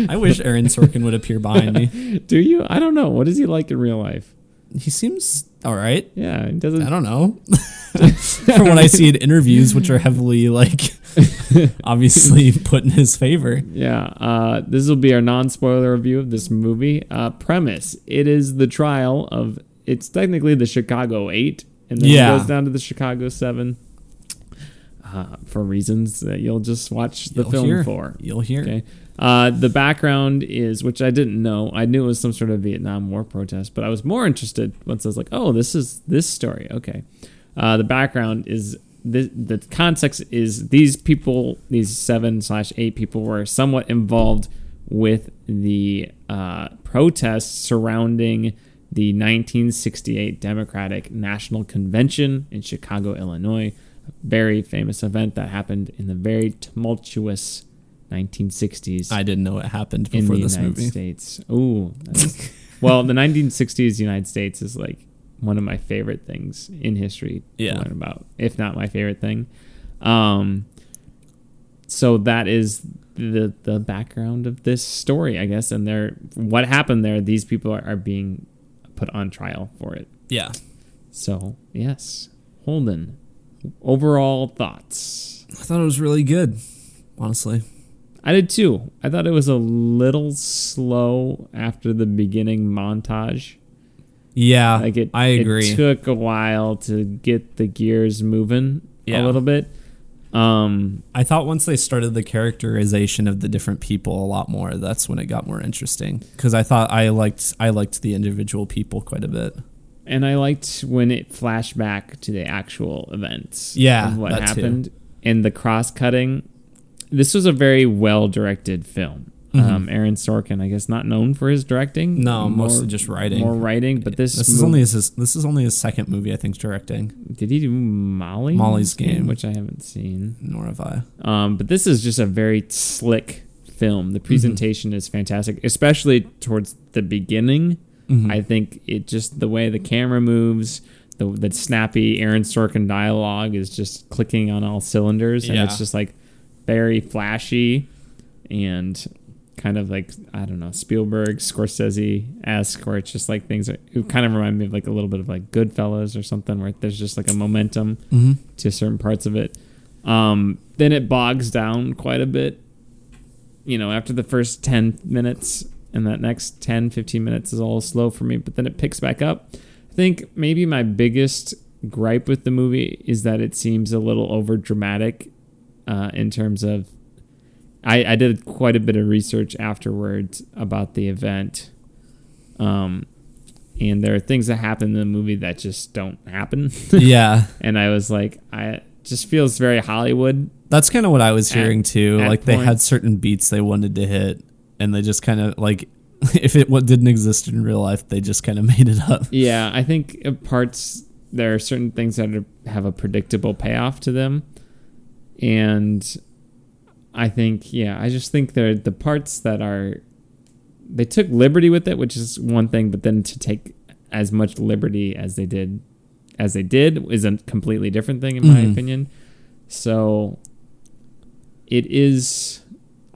[SPEAKER 2] I wish Aaron Sorkin would appear behind me.
[SPEAKER 1] do you? I don't know. What is he like in real life?
[SPEAKER 2] He seems all right.
[SPEAKER 1] Yeah, it doesn't.
[SPEAKER 2] I don't know. From what I see in interviews, which are heavily like obviously put in his favor.
[SPEAKER 1] Yeah, uh, this will be our non-spoiler review of this movie. Uh, premise: It is the trial of. It's technically the Chicago Eight, and then
[SPEAKER 2] Yeah.
[SPEAKER 1] it goes down to the Chicago Seven. Uh, for reasons that you'll just watch the
[SPEAKER 2] You'll
[SPEAKER 1] film
[SPEAKER 2] hear.
[SPEAKER 1] for.
[SPEAKER 2] You'll hear.
[SPEAKER 1] Okay. Uh, the background is, which I didn't know. I knew it was some sort of Vietnam War protest, but I was more interested once I was like, oh, this is this story. Okay. Uh, the background is the the context is these people, these seven slash eight people, were somewhat involved with the uh, protests surrounding the 1968 Democratic National Convention in Chicago, Illinois. A very famous event that happened in the very tumultuous 1960s
[SPEAKER 2] I didn't know what happened
[SPEAKER 1] in
[SPEAKER 2] before
[SPEAKER 1] the
[SPEAKER 2] this
[SPEAKER 1] United
[SPEAKER 2] movie.
[SPEAKER 1] States. Ooh. that's- well, the 1960s United States is like one of my favorite things in history
[SPEAKER 2] Yeah.
[SPEAKER 1] to learn about, if not my favorite thing. Um, so that is the the background of this story, I guess. And they're what happened there. These people are, are being put on trial for it.
[SPEAKER 2] Yeah.
[SPEAKER 1] So yes, Holden. Overall thoughts.
[SPEAKER 2] I thought it was really good, honestly.
[SPEAKER 1] I did too. I thought it was a little slow after the beginning montage.
[SPEAKER 2] Yeah.
[SPEAKER 1] Like it,
[SPEAKER 2] I agree.
[SPEAKER 1] It took a while to get the gears moving
[SPEAKER 2] Yeah.
[SPEAKER 1] a little bit. Um,
[SPEAKER 2] I thought once they started the characterization of the different people a lot more, that's when it got more interesting. Because I thought I liked I liked the individual people quite a bit.
[SPEAKER 1] and I liked when it flashed back to the actual events.
[SPEAKER 2] Yeah,
[SPEAKER 1] of what
[SPEAKER 2] that too.
[SPEAKER 1] happened and the cross cutting. This was a very well directed film. Um, Aaron Sorkin, I guess, not known for his directing.
[SPEAKER 2] Mm-hmm. No, mostly just writing.
[SPEAKER 1] More writing, but this
[SPEAKER 2] This is
[SPEAKER 1] mov-
[SPEAKER 2] only his this is only his second movie I think's directing.
[SPEAKER 1] did he do Molly?
[SPEAKER 2] Molly's Game.
[SPEAKER 1] which I haven't seen.
[SPEAKER 2] Nor have I.
[SPEAKER 1] Um, but this is just a very slick film. The presentation is fantastic, especially towards the beginning.
[SPEAKER 2] Mm-hmm.
[SPEAKER 1] I think it just the way the camera moves, the the snappy Aaron Sorkin dialogue is just clicking on all cylinders, and
[SPEAKER 2] Yeah.
[SPEAKER 1] it's just like very flashy and kind of like I don't know Spielberg, Scorsese esque, where it's just like things. Are, it kind of remind me of like a little bit of like Goodfellas or something, where there's just like a momentum to certain parts of it. Um, then it bogs down quite a bit, you know, after the first 10 minutes, and that next 10, 15 minutes is all slow for me, but then it picks back up. I think maybe my biggest gripe with the movie is that it seems a little over dramatic uh, in terms of. I, I did quite a bit of research afterwards about the event. Um, and there are things that happen in the movie that just don't happen.
[SPEAKER 2] yeah.
[SPEAKER 1] and I was like, I just feels very Hollywood.
[SPEAKER 2] That's kind of what I was
[SPEAKER 1] At-
[SPEAKER 2] hearing too.
[SPEAKER 1] at
[SPEAKER 2] Like they had
[SPEAKER 1] points.
[SPEAKER 2] certain beats they wanted to hit and they just kind of like if it what didn't exist in real life, they just kind of made it up.
[SPEAKER 1] Yeah, I think uh, parts there are certain things that are, have a predictable payoff to them, and I think yeah, I just think they're the parts that are they took liberty with it, which is one thing, but then to take as much liberty as they did as they did is a completely different thing in my
[SPEAKER 2] Mhm.
[SPEAKER 1] opinion. So it is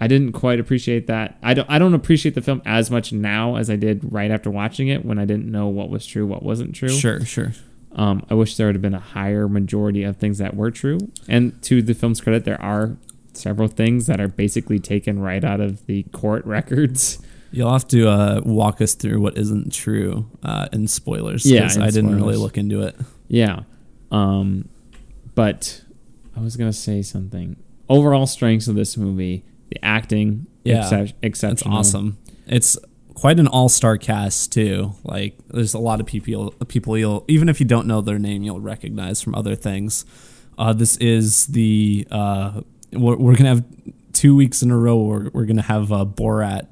[SPEAKER 1] I didn't quite appreciate that. I don't I don't appreciate the film as much now as I did right after watching it when I didn't know what was true, what wasn't true.
[SPEAKER 2] Sure, sure.
[SPEAKER 1] Um, I wish there would have been a higher majority of things that were true. And to the film's credit, there are several things that are basically taken right out of the court records.
[SPEAKER 2] You'll have to uh, walk us through what isn't true uh, in spoilers.
[SPEAKER 1] Yeah,
[SPEAKER 2] 'cause
[SPEAKER 1] in
[SPEAKER 2] I didn't really
[SPEAKER 1] spoilers.
[SPEAKER 2] look into it.
[SPEAKER 1] Yeah. Um, but I was gonna say something. Overall strengths of this movie: the acting,
[SPEAKER 2] Yeah.
[SPEAKER 1] excep-
[SPEAKER 2] That's
[SPEAKER 1] exceptional.
[SPEAKER 2] awesome. It's quite an all-star cast too. Like there's a lot of people people you'll even if you don't know their name, you'll recognize from other things. Uh, this is the uh, we're, we're gonna have two weeks in a row. We're, we're gonna have uh, Borat.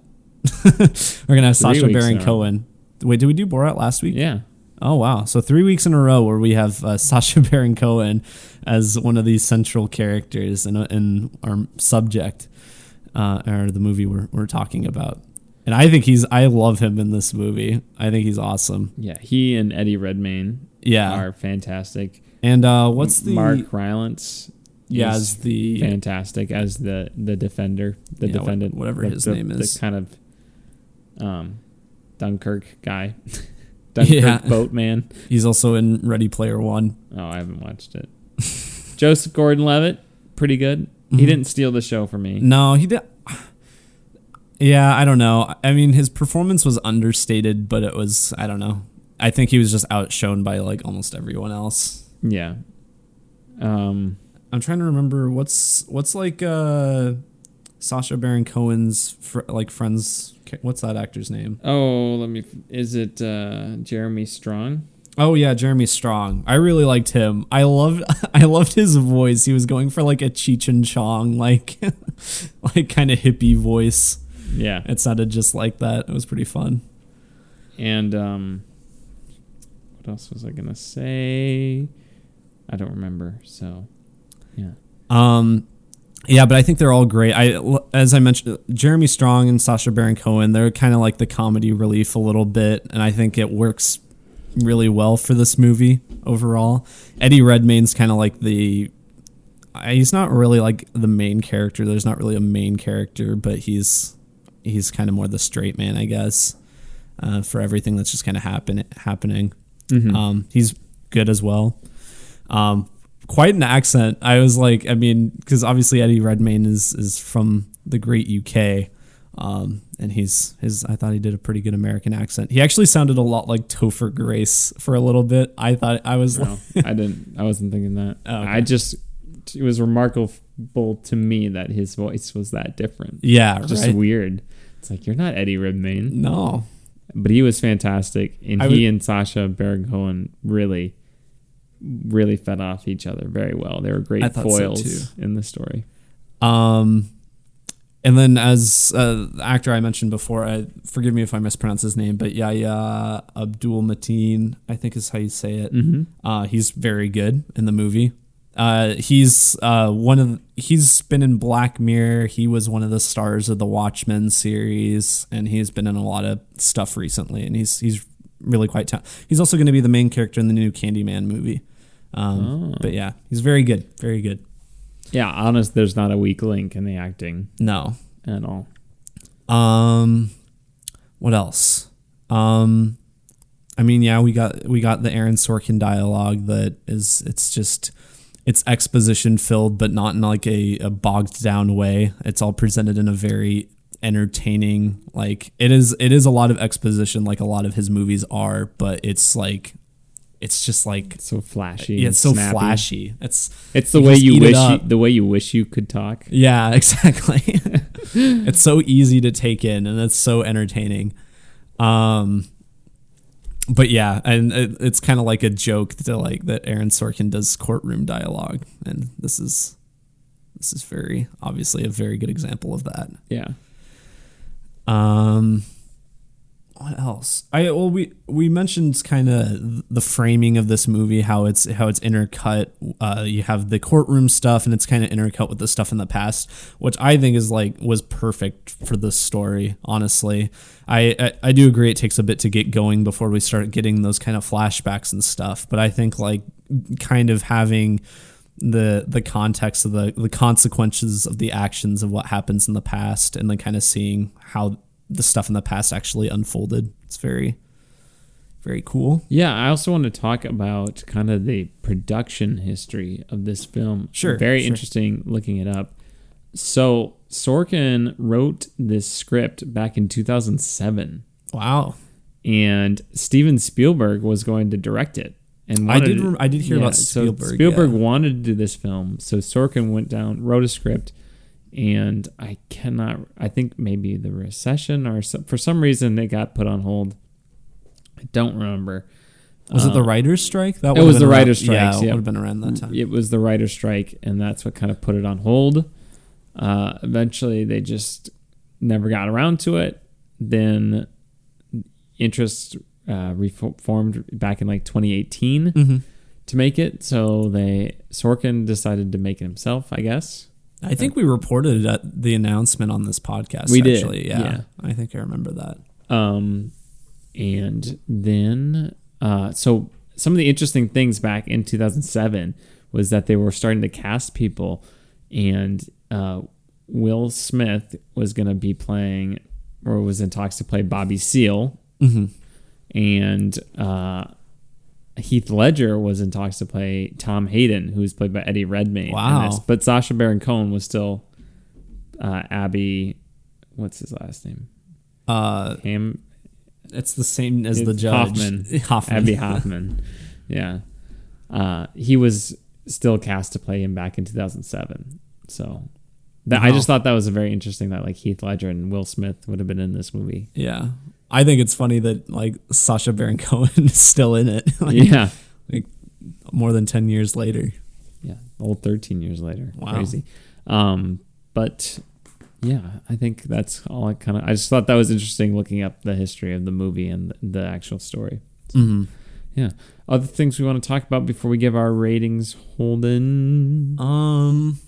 [SPEAKER 2] we're gonna have
[SPEAKER 1] Three
[SPEAKER 2] Sasha
[SPEAKER 1] weeks in
[SPEAKER 2] Baron
[SPEAKER 1] a row.
[SPEAKER 2] Cohen. Wait, did we do Borat last week?
[SPEAKER 1] Yeah.
[SPEAKER 2] Oh wow! So three weeks in a row where we have uh, Sasha Baron Cohen as one of these central characters in, in our subject uh, or the movie we're, we're talking about, and I think he's I love him in this movie. I think he's awesome.
[SPEAKER 1] Yeah. He and Eddie Redmayne
[SPEAKER 2] Yeah.
[SPEAKER 1] are fantastic.
[SPEAKER 2] And uh, what's the
[SPEAKER 1] Mark Rylance?
[SPEAKER 2] Yeah,
[SPEAKER 1] is
[SPEAKER 2] as the
[SPEAKER 1] fantastic as the the defender, the
[SPEAKER 2] Yeah, wha-
[SPEAKER 1] defendant,
[SPEAKER 2] whatever
[SPEAKER 1] the,
[SPEAKER 2] his
[SPEAKER 1] the-
[SPEAKER 2] name is.
[SPEAKER 1] the kind of um, Dunkirk guy, Dunkirk
[SPEAKER 2] Yeah.
[SPEAKER 1] boatman.
[SPEAKER 2] he's also in Ready Player One.
[SPEAKER 1] Oh, I haven't watched it. Joseph Gordon-Levitt, pretty good. He
[SPEAKER 2] Mhm.
[SPEAKER 1] didn't steal the show for me.
[SPEAKER 2] No, he did. Yeah, I don't know. I mean, his performance was understated, but it was I don't know. I think he was just outshone by like almost everyone else.
[SPEAKER 1] Yeah. Um.
[SPEAKER 2] I'm trying to remember what's what's like uh Sasha Baron Cohen's fr- like friends what's that actor's name?
[SPEAKER 1] Oh, let me. Is it uh, Jeremy Strong?
[SPEAKER 2] Oh yeah, Jeremy Strong. I really liked him. I loved I loved his voice. He was going for like a Cheech and Chong like like kind of hippie voice.
[SPEAKER 1] Yeah.
[SPEAKER 2] It sounded just like that. It was pretty fun.
[SPEAKER 1] And um, what else was I gonna say? I don't remember. So, yeah.
[SPEAKER 2] Um, yeah, but I think they're all great. I, as I mentioned, Jeremy Strong and Sasha Baron Cohen, they're kind of like the comedy relief a little bit, and I think it works really well for this movie overall. Eddie Redmayne's kind of like the I- he's not really like the main character. There's not really a main character, but he's he's kind of more the straight man, I guess, uh, for everything that's just kind of happen happening.
[SPEAKER 1] Hmm.
[SPEAKER 2] Um, he's good as well. Um, quite an accent. I was like, I mean, because obviously Eddie Redmayne is is from the great UK, um, and he's his. I thought he did a pretty good American accent. He actually sounded a lot like Topher Grace for a little bit. I thought I was like,
[SPEAKER 1] No, I didn't. I wasn't thinking that.
[SPEAKER 2] Oh, okay.
[SPEAKER 1] I just. It was remarkable to me that his voice was that different.
[SPEAKER 2] yeah,
[SPEAKER 1] Just
[SPEAKER 2] right?
[SPEAKER 1] weird. It's like you're not Eddie Redmayne.
[SPEAKER 2] no,
[SPEAKER 1] but he was fantastic, and
[SPEAKER 2] I
[SPEAKER 1] he
[SPEAKER 2] would-
[SPEAKER 1] and Sasha Baron Cohen really, really fed off each other very well. They were
[SPEAKER 2] I
[SPEAKER 1] great
[SPEAKER 2] thought so,
[SPEAKER 1] foils
[SPEAKER 2] too.
[SPEAKER 1] in the story.
[SPEAKER 2] Um, and then as uh, the actor I mentioned before, I, forgive me if I mispronounce his name, but Yahya Abdul Mateen, I think is how you say it. Uh, he's very good in the movie. Uh, he's uh, one of he's been in Black Mirror. He was one of the stars of the Watchmen series, and he's been in a lot of stuff recently. And he's he's really quite. Ta- he's also going to be the main character in the new Candyman movie.
[SPEAKER 1] Oh.
[SPEAKER 2] Um, But yeah, he's very good, very good.
[SPEAKER 1] Yeah, honest, there's not a weak link in the acting
[SPEAKER 2] No,
[SPEAKER 1] at all.
[SPEAKER 2] Um, what else? Um, I mean, yeah, we got we got the Aaron Sorkin dialogue that is it's just it's exposition filled, but not in like a, a bogged down way. It's all presented in a very entertaining like it is it is a lot of exposition like a lot of his movies are but it's like it's just like
[SPEAKER 1] It's so flashy.
[SPEAKER 2] yeah,
[SPEAKER 1] and
[SPEAKER 2] it's so
[SPEAKER 1] snappy.
[SPEAKER 2] flashy it's
[SPEAKER 1] It's the
[SPEAKER 2] you
[SPEAKER 1] way
[SPEAKER 2] just eat
[SPEAKER 1] you
[SPEAKER 2] it
[SPEAKER 1] wish you,
[SPEAKER 2] up.
[SPEAKER 1] the way you wish you could talk.
[SPEAKER 2] yeah, exactly. it's so easy to take in and it's so entertaining. Um but yeah, and it, it's kind of like a joke to like that Aaron Sorkin does courtroom dialogue and this is this is very obviously a very good example of that.
[SPEAKER 1] Yeah,
[SPEAKER 2] Um, what else? I well we we mentioned kind of the framing of this movie, how it's how it's intercut. Uh, you have the courtroom stuff, and it's kind of intercut with the stuff in the past, which I think is like was perfect for this story. Honestly, I I, I do agree it takes a bit to get going before we start getting those kind of flashbacks and stuff, but I think like kind of having the the context of the the consequences of the actions of what happens in the past and then kind of seeing how the stuff in the past actually unfolded it's very very cool
[SPEAKER 1] yeah. I also want to talk about kind of the production history of this film.
[SPEAKER 2] Sure,
[SPEAKER 1] very
[SPEAKER 2] sure.
[SPEAKER 1] interesting. Looking it up. So Sorkin wrote this script back in 2007.
[SPEAKER 2] wow
[SPEAKER 1] and Steven Spielberg was going to direct it. And
[SPEAKER 2] I
[SPEAKER 1] wanted-
[SPEAKER 2] did rem- I did hear about
[SPEAKER 1] so
[SPEAKER 2] Spielberg,
[SPEAKER 1] Spielberg
[SPEAKER 2] yeah.
[SPEAKER 1] wanted to do this film, so Sorkin went down, wrote a script, and I cannot. I think maybe the recession or some, for some reason it got put on hold. I don't remember.
[SPEAKER 2] Was it the writer's strike?
[SPEAKER 1] uh,
[SPEAKER 2] That
[SPEAKER 1] it
[SPEAKER 2] would've
[SPEAKER 1] was
[SPEAKER 2] been
[SPEAKER 1] the
[SPEAKER 2] around-
[SPEAKER 1] writer's strikes,
[SPEAKER 2] Yeah, it
[SPEAKER 1] yeah.
[SPEAKER 2] would have been around that time.
[SPEAKER 1] It was the writer's strike, and that's what kind of put it on hold. Uh, eventually, they just never got around to it. Then interest uh, reformed back in like 2018
[SPEAKER 2] hmm
[SPEAKER 1] to make it. So they Sorkin decided to make it himself, I guess.
[SPEAKER 2] I think we reported it at the announcement on this podcast.
[SPEAKER 1] We did,
[SPEAKER 2] actually. Yeah,
[SPEAKER 1] yeah.
[SPEAKER 2] I think I remember that.
[SPEAKER 1] Um, and then, uh, so some of the interesting things back in 2007 was that they were starting to cast people, and uh, Will Smith was going to be playing, or was in talks to play Bobby Seal, and uh, Heath Ledger was in talks to play Tom Hayden, who was played by Eddie Redmayne. in
[SPEAKER 2] Wow.
[SPEAKER 1] this. But Sasha Baron Cohen was still uh, Abby. What's his last name?
[SPEAKER 2] Uh,
[SPEAKER 1] Ham
[SPEAKER 2] it's the same as
[SPEAKER 1] it's
[SPEAKER 2] the judge
[SPEAKER 1] Hoffman.
[SPEAKER 2] Hoffman.
[SPEAKER 1] Abby Hoffman. yeah. Uh, he was still cast to play him back in 2007. So that, I
[SPEAKER 2] Wow.
[SPEAKER 1] just thought that was a very interesting that like Heath Ledger and Will Smith would have been in this movie.
[SPEAKER 2] Yeah, I think it's funny that like Sasha Baron Cohen is still in it. like,
[SPEAKER 1] Yeah.
[SPEAKER 2] like more than ten years later.
[SPEAKER 1] Yeah. Old 13 years later.
[SPEAKER 2] Wow.
[SPEAKER 1] Crazy. Um, but yeah, I think that's all I kind of, I just thought that was interesting looking up the history of the movie and the actual story.
[SPEAKER 2] Mm-hmm.
[SPEAKER 1] Yeah. Other things we want to talk about before we give our ratings, Holden.
[SPEAKER 2] Um,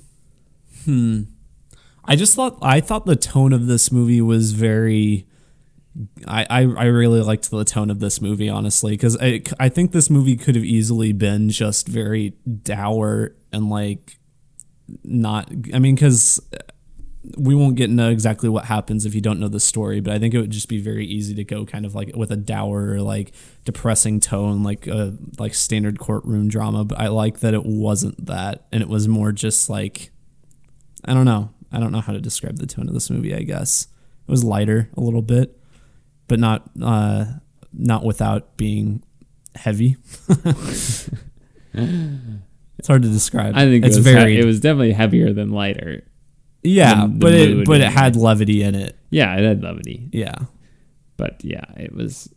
[SPEAKER 2] hmm. I just thought I thought the tone of this movie was very. I, I, I really liked the tone of this movie honestly because I, I think this movie could have easily been just very dour and like not I mean because we won't get into exactly what happens if you don't know the story but I think it would just be very easy to go kind of like with a dour like depressing tone like a like standard courtroom drama but I like that it wasn't that and it was more just like I don't know I don't know how to describe the tone of this movie I guess it was lighter a little bit but not uh, not without being heavy. it's hard to describe.
[SPEAKER 1] I think
[SPEAKER 2] it's
[SPEAKER 1] it was
[SPEAKER 2] very
[SPEAKER 1] he- it was definitely heavier than lighter.
[SPEAKER 2] yeah,
[SPEAKER 1] the- the
[SPEAKER 2] but it
[SPEAKER 1] mood
[SPEAKER 2] but it
[SPEAKER 1] and-
[SPEAKER 2] had levity in it.
[SPEAKER 1] Yeah, it had levity,
[SPEAKER 2] Yeah,
[SPEAKER 1] but yeah, it was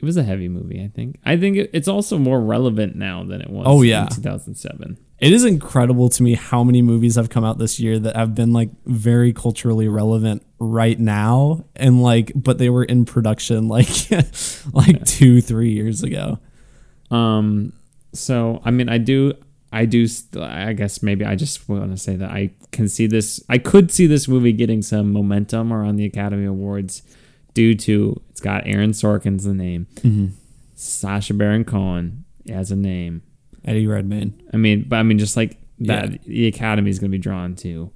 [SPEAKER 1] it was a heavy movie. I think I think it, it's also more relevant now than it was.
[SPEAKER 2] Oh, yeah.
[SPEAKER 1] in 2007.
[SPEAKER 2] it is incredible to me how many movies have come out this year that have been like very culturally relevant right now and like but they were in production like like two three years ago.
[SPEAKER 1] Um, so I mean, I do, I do. St- I guess maybe I just want to say that I can see this. I could see this movie getting some momentum around the Academy Awards due to it's got Aaron Sorkin's the name,
[SPEAKER 2] Mm-hmm.
[SPEAKER 1] Sasha Baron Cohen as a name.
[SPEAKER 2] Eddie Redmayne.
[SPEAKER 1] I mean, but I mean, just like that,
[SPEAKER 2] Yeah.
[SPEAKER 1] the academy is going to be drawn to,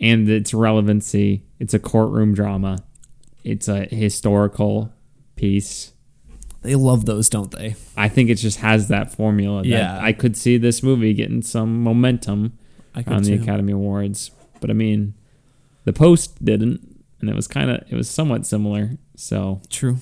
[SPEAKER 1] and its relevancy. It's a courtroom drama. It's a historical piece.
[SPEAKER 2] They love those, don't they?
[SPEAKER 1] I think it just has that formula. That
[SPEAKER 2] Yeah.
[SPEAKER 1] I could see this movie getting some momentum
[SPEAKER 2] I could
[SPEAKER 1] on the
[SPEAKER 2] too.
[SPEAKER 1] Academy Awards, but I mean, the Post didn't, and it was kind of it was somewhat similar. So,
[SPEAKER 2] True.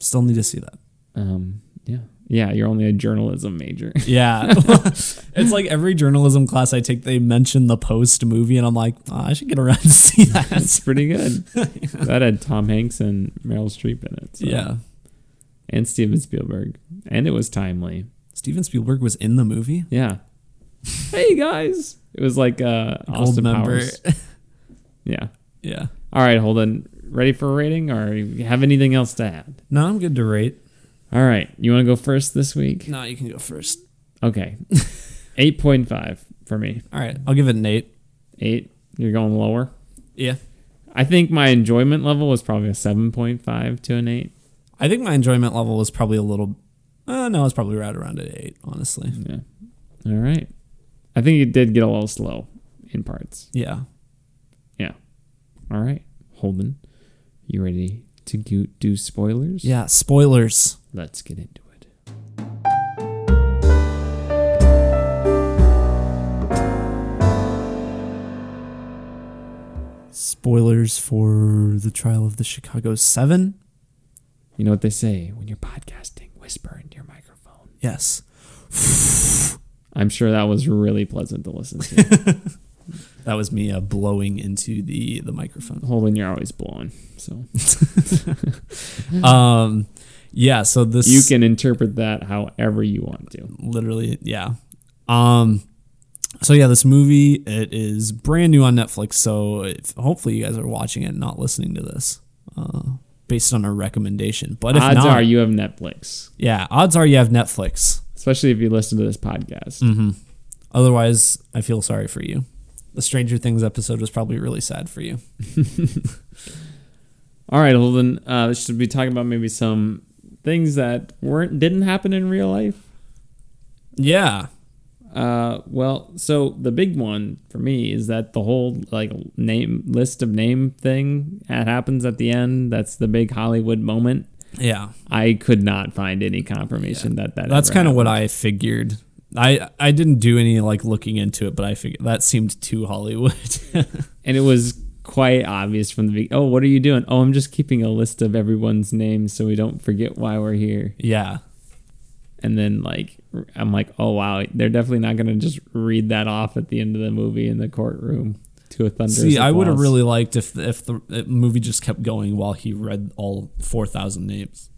[SPEAKER 2] Still need to see that.
[SPEAKER 1] um, yeah, yeah, you're only a journalism major.
[SPEAKER 2] Yeah. it's like every journalism class I take, they mention the post movie, and I'm like, "Ah, I should get around to see that.
[SPEAKER 1] It's pretty good. That had Tom Hanks and Meryl Streep in it. so.
[SPEAKER 2] yeah.
[SPEAKER 1] and Steven Spielberg, and it was timely.
[SPEAKER 2] Steven Spielberg was in the movie.
[SPEAKER 1] Yeah. hey guys, it was like uh, Austin
[SPEAKER 2] member.
[SPEAKER 1] Powers. Yeah.
[SPEAKER 2] Yeah.
[SPEAKER 1] All right, Holden, ready for a rating, or you have anything else to add?
[SPEAKER 2] No, I'm good to rate.
[SPEAKER 1] All right, you want to go first this week?
[SPEAKER 2] No, you can go first.
[SPEAKER 1] Okay, eight point five for me.
[SPEAKER 2] All right. I'll give it an eight.
[SPEAKER 1] Eight. You're going lower.
[SPEAKER 2] Yeah.
[SPEAKER 1] I think my enjoyment level was probably a seven point five to an eight.
[SPEAKER 2] I think my enjoyment level was probably a little. Uh, no, it's probably right around an eight, honestly.
[SPEAKER 1] Yeah. All right. I think it did get a little slow in parts.
[SPEAKER 2] Yeah.
[SPEAKER 1] Yeah. All right, Holden, you ready to go- do spoilers?
[SPEAKER 2] Yeah. Spoilers.
[SPEAKER 1] Let's get into it.
[SPEAKER 2] Spoilers for the trial of the Chicago Seven.
[SPEAKER 1] You know what they say when you're podcasting: whisper into your microphone.
[SPEAKER 2] Yes.
[SPEAKER 1] I'm sure that was really pleasant to listen to.
[SPEAKER 2] That was me uh, blowing into the the microphone.
[SPEAKER 1] Holden, you're always blowing. So
[SPEAKER 2] Um, yeah. So this
[SPEAKER 1] Mm-hmm. you can interpret that however you want to.
[SPEAKER 2] literally yeah um so yeah this movie it is brand new on netflix so if, hopefully you guys are watching it and not listening to this uh, based on a recommendation but if
[SPEAKER 1] Odds
[SPEAKER 2] not
[SPEAKER 1] are you have Netflix,
[SPEAKER 2] yeah odds are you have netflix
[SPEAKER 1] especially if you listen to this podcast.
[SPEAKER 2] Mm-hmm. otherwise i feel sorry for you the stranger things episode was probably really sad for you
[SPEAKER 1] All right, Holden. Uh, should we talk about maybe some things that weren't didn't happen in real life?
[SPEAKER 2] yeah
[SPEAKER 1] Uh, well, so the big one for me is that the whole like name list of name thing that happens at the end. That's the big Hollywood moment.
[SPEAKER 2] yeah
[SPEAKER 1] I could not find any confirmation that that.
[SPEAKER 2] that's
[SPEAKER 1] ever
[SPEAKER 2] kind of what
[SPEAKER 1] happened.
[SPEAKER 2] i figured I, I didn't do any like looking into it, but I figured that seemed too Hollywood.
[SPEAKER 1] and it was quite obvious from the beginning. Oh, what are you doing? Oh, I'm just keeping a list of everyone's names so we don't forget why we're here.
[SPEAKER 2] yeah.
[SPEAKER 1] And then like I'm like, oh wow, they're definitely not gonna just read that off at the end of the movie in the courtroom to a thunderous.
[SPEAKER 2] See, I would have
[SPEAKER 1] applause.
[SPEAKER 2] really liked if if the uh, movie just kept going while he read all four thousand names.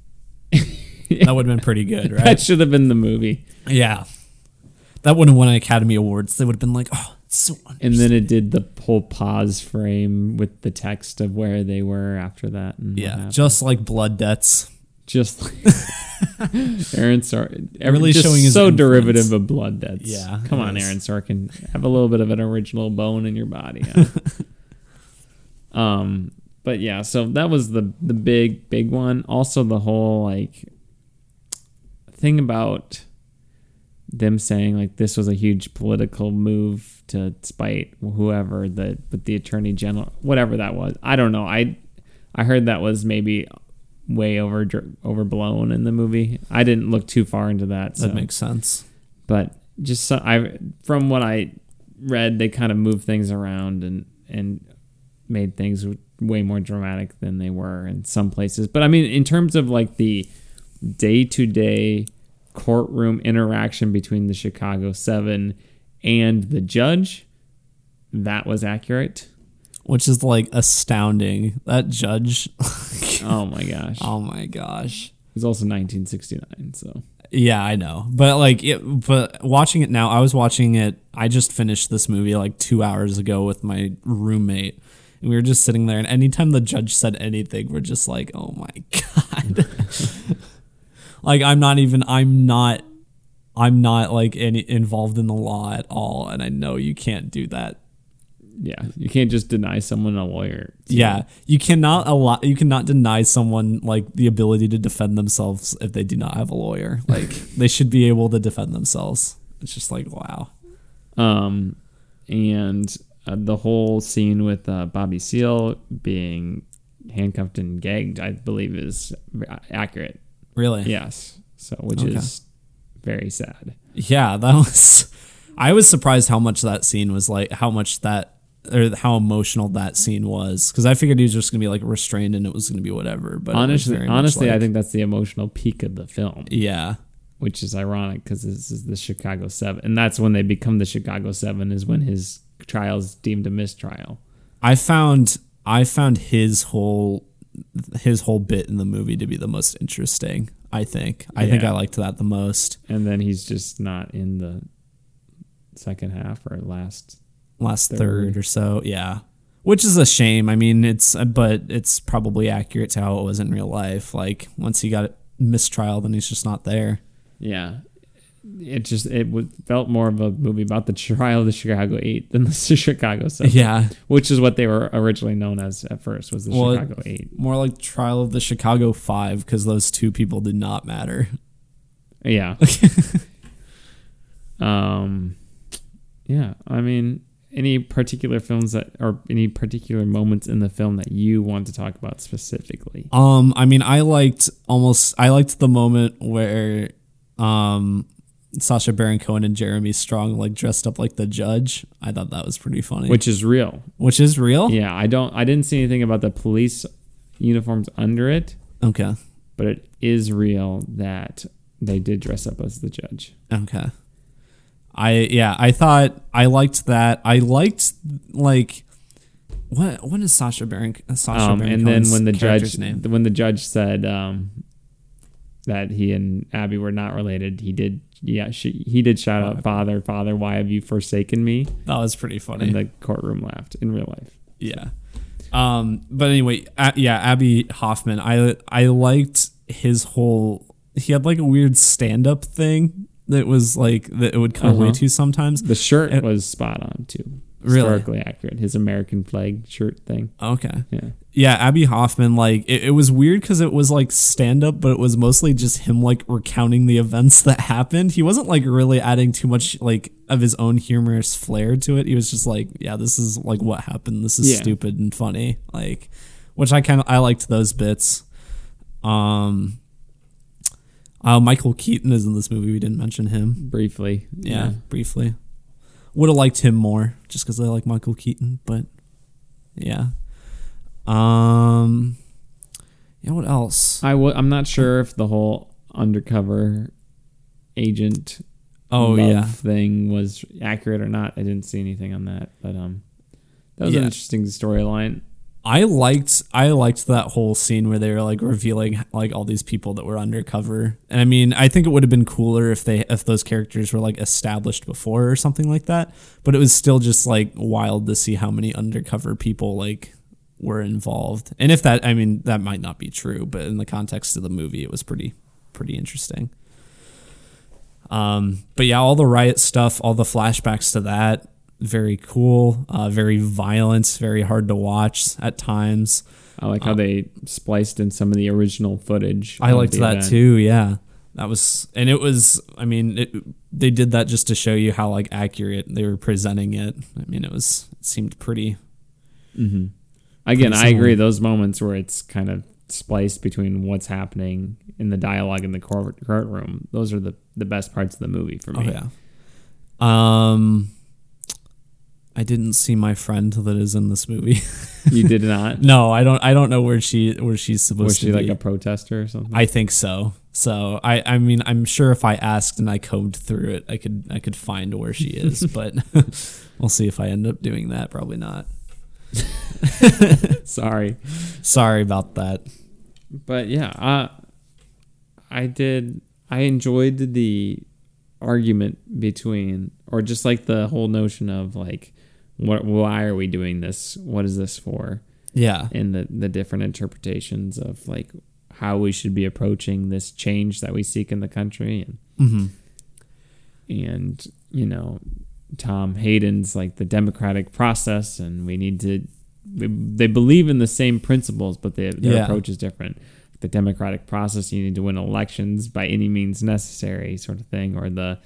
[SPEAKER 2] That would have been pretty good,
[SPEAKER 1] That
[SPEAKER 2] right?
[SPEAKER 1] should have been the movie.
[SPEAKER 2] yeah, that would have won an Academy Awards. They would have been like, "Oh, it's so."
[SPEAKER 1] And then it did the whole pause frame with the text of where they were after that. And what
[SPEAKER 2] yeah,
[SPEAKER 1] happened.
[SPEAKER 2] just like blood debts.
[SPEAKER 1] just like Aaron Sorkin,
[SPEAKER 2] Really
[SPEAKER 1] really just
[SPEAKER 2] showing his
[SPEAKER 1] so
[SPEAKER 2] influence.
[SPEAKER 1] derivative of blood debts.
[SPEAKER 2] Yeah,
[SPEAKER 1] come
[SPEAKER 2] it
[SPEAKER 1] on,
[SPEAKER 2] is.
[SPEAKER 1] Aaron Sorkin, have a little bit of an original bone in your body. huh? um, but yeah, so that was the the big big one. Also, the whole like thing about them saying like this was a huge political move to spite whoever the but the attorney general whatever that was i don't know i i heard that was maybe way over overblown in the movie i didn't look too far into that so
[SPEAKER 2] That makes sense.
[SPEAKER 1] but just so, i from what i read they kind of moved things around and and made things way more dramatic than they were in some places but i mean in terms of like the day-to-day courtroom interaction between the chicago 7 and the judge that was accurate
[SPEAKER 2] Which is like astounding. That judge.
[SPEAKER 1] oh my gosh it
[SPEAKER 2] oh my gosh.
[SPEAKER 1] was also 1969 so
[SPEAKER 2] Yeah, I know. But like it, but watching it now, I was watching it I just finished this movie like 2 hours ago with my roommate. And we were just sitting there and anytime the judge said anything, we're just like, "Oh my god." like I'm not even I'm not I'm not like any involved in the law at all and I know you can't do that.
[SPEAKER 1] yeah you can't just deny someone a lawyer
[SPEAKER 2] Yeah, you cannot allow you cannot deny someone like the ability to defend themselves if they do not have a lawyer. Like they should be able to defend themselves. It's just like wow.
[SPEAKER 1] um, and uh, the whole scene with uh, Bobby Seal being handcuffed and gagged, I believe, is uh, accurate.
[SPEAKER 2] Really?
[SPEAKER 1] Yes, so which is very sad.
[SPEAKER 2] Yeah, that was I was surprised how much that scene was like how much that or how emotional that scene was cuz I figured he was just going to be like restrained and it was going to be whatever, but it was
[SPEAKER 1] Honestly,
[SPEAKER 2] very much
[SPEAKER 1] honestly, I
[SPEAKER 2] like-
[SPEAKER 1] think that's the emotional peak of the film,
[SPEAKER 2] yeah.
[SPEAKER 1] which is ironic because this is the Chicago Seven, and that's when they become the Chicago Seven is when his trial's deemed a mistrial.
[SPEAKER 2] I found I found his whole his whole bit in the movie to be the most interesting. I think I think
[SPEAKER 1] Yeah.
[SPEAKER 2] I liked that the most.
[SPEAKER 1] And then he's just not in the second half or last.
[SPEAKER 2] last third.
[SPEAKER 1] Third.
[SPEAKER 2] or so. Yeah, which is a shame. I mean, it's but it's probably accurate to how it was in real life. Like once he got mistrial, then he's just not there.
[SPEAKER 1] Yeah. It just it would, felt more of a movie about the trial of the Chicago Eight than the Chicago Seven.
[SPEAKER 2] Yeah,
[SPEAKER 1] which is what they were originally known as at first was the
[SPEAKER 2] Well, it-
[SPEAKER 1] Chicago Eight.
[SPEAKER 2] more like trial of the Chicago Five because those two people did not matter.
[SPEAKER 1] Yeah. um, yeah. I mean, any particular films that or any particular moments in the film that you want to talk about specifically?
[SPEAKER 2] Um, I mean, I liked almost. I liked the moment where, um. Sasha Baron Cohen and Jeremy Strong like dressed up like the judge. I thought that was pretty funny,
[SPEAKER 1] Which is real.
[SPEAKER 2] which is real.
[SPEAKER 1] Yeah, I don't. I didn't see anything about the police uniforms under it,
[SPEAKER 2] Okay,
[SPEAKER 1] but it is real that they did dress up as the judge.
[SPEAKER 2] okay. I yeah, I thought I liked that. I liked like what what is Sasha Baron uh, Sasha
[SPEAKER 1] Um,
[SPEAKER 2] Baron
[SPEAKER 1] and then
[SPEAKER 2] Cohen's
[SPEAKER 1] when the
[SPEAKER 2] character's
[SPEAKER 1] judge
[SPEAKER 2] name.
[SPEAKER 1] when the judge said um, that he and Abby were not related, he did yeah she, he did shout out father father why have you forsaken me
[SPEAKER 2] that was pretty funny.
[SPEAKER 1] and the courtroom laughed in real life.
[SPEAKER 2] yeah. Um but anyway, a- yeah, Abby Hoffman. I I liked his whole he had like a weird stand-up thing that was like that it would cut away
[SPEAKER 1] Uh-huh.
[SPEAKER 2] to sometimes.
[SPEAKER 1] The shirt
[SPEAKER 2] It-
[SPEAKER 1] was spot on too,
[SPEAKER 2] Really?
[SPEAKER 1] historically accurate. His American flag shirt thing.
[SPEAKER 2] Okay.
[SPEAKER 1] Yeah.
[SPEAKER 2] Yeah, Abby Hoffman, like it, it was weird because it was like stand up, but it was mostly just him like recounting the events that happened. He wasn't like really adding too much like of his own humorous flair to it. He was just like, yeah, this is like what happened. This is
[SPEAKER 1] Yeah.
[SPEAKER 2] stupid and funny. Like, which I kind of I liked those bits. Um, uh, Michael Keaton is in this movie. We didn't mention him.
[SPEAKER 1] Briefly.
[SPEAKER 2] Yeah, briefly. Would have liked him more just because I like Michael Keaton, but yeah. Um, yeah. What else?
[SPEAKER 1] I w- I'm not sure if the whole undercover agent
[SPEAKER 2] Oh
[SPEAKER 1] love
[SPEAKER 2] yeah,
[SPEAKER 1] thing was accurate or not. I didn't see anything on that, but um, that was
[SPEAKER 2] Yeah.
[SPEAKER 1] an interesting storyline.
[SPEAKER 2] I liked I liked that whole scene where they were like revealing like all these people that were undercover. And I mean, I think it would have been cooler if they if those characters were like established before or something like that. But it was still just like wild to see how many undercover people like were involved. And if that I mean that might not be true, but in the context of the movie it was pretty pretty interesting. Um, but yeah, all the riot stuff, all the flashbacks to that, very cool, uh, very violent, very hard to watch at times.
[SPEAKER 1] I like how they spliced in some of the original footage.
[SPEAKER 2] Uh, I
[SPEAKER 1] of
[SPEAKER 2] liked
[SPEAKER 1] the
[SPEAKER 2] that
[SPEAKER 1] event.
[SPEAKER 2] too. Yeah, that was, and it was. I mean, it, they did that just to show you how like accurate they were presenting it. I mean, it was it seemed pretty.
[SPEAKER 1] Mm-hmm. Again,
[SPEAKER 2] Pretty
[SPEAKER 1] I
[SPEAKER 2] similar.
[SPEAKER 1] agree. Those moments where it's kind of spliced between what's happening in the dialogue in the court courtroom, those are the the best parts of the movie for
[SPEAKER 2] Oh
[SPEAKER 1] me.
[SPEAKER 2] yeah. Um, I didn't see my friend that is in this movie.
[SPEAKER 1] You did not.
[SPEAKER 2] no, I don't. I don't know where she where she's supposed
[SPEAKER 1] Was
[SPEAKER 2] to
[SPEAKER 1] she
[SPEAKER 2] be.
[SPEAKER 1] like a protester or something?
[SPEAKER 2] I think so. So I, I mean, I'm sure if I asked and I combed through it, I could, I could find where she is. but we'll see if I end up doing that. Probably not.
[SPEAKER 1] Sorry.
[SPEAKER 2] Sorry about that.
[SPEAKER 1] but yeah, uh, I did. I enjoyed the argument between, or just like the whole notion of like, what? Why are we doing this? What is this for?
[SPEAKER 2] Yeah,
[SPEAKER 1] And the the different interpretations of like how we should be approaching this change that we seek in the country, and
[SPEAKER 2] Mm-hmm.
[SPEAKER 1] and you know, Tom Hayden's like the democratic process, and we need to. They, they believe in the same principles, but they, their
[SPEAKER 2] Yeah.
[SPEAKER 1] approach is different. The democratic process, you need to win elections by any means necessary, sort of thing, or the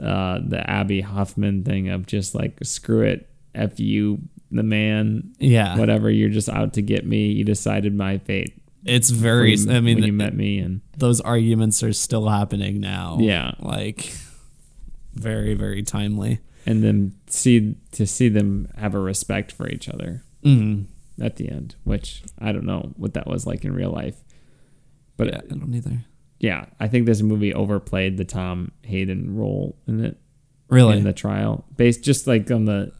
[SPEAKER 1] uh, the Abby Hoffman thing of just like screw it, f you, the man,
[SPEAKER 2] yeah.
[SPEAKER 1] whatever. You're just out to get me. You decided my fate.
[SPEAKER 2] It's very.
[SPEAKER 1] when-
[SPEAKER 2] I mean,
[SPEAKER 1] when you met me, and
[SPEAKER 2] those arguments are still happening now.
[SPEAKER 1] Yeah.
[SPEAKER 2] like very, very timely.
[SPEAKER 1] and then see to see them have a respect for each other. Mm-hmm.
[SPEAKER 2] Mm.
[SPEAKER 1] at the end, which I don't know what that was like in real life. But
[SPEAKER 2] Yeah,
[SPEAKER 1] yeah,
[SPEAKER 2] I don't either.
[SPEAKER 1] I think this movie overplayed the Tom Hayden role in it
[SPEAKER 2] Really?
[SPEAKER 1] in the trial, based just like on the.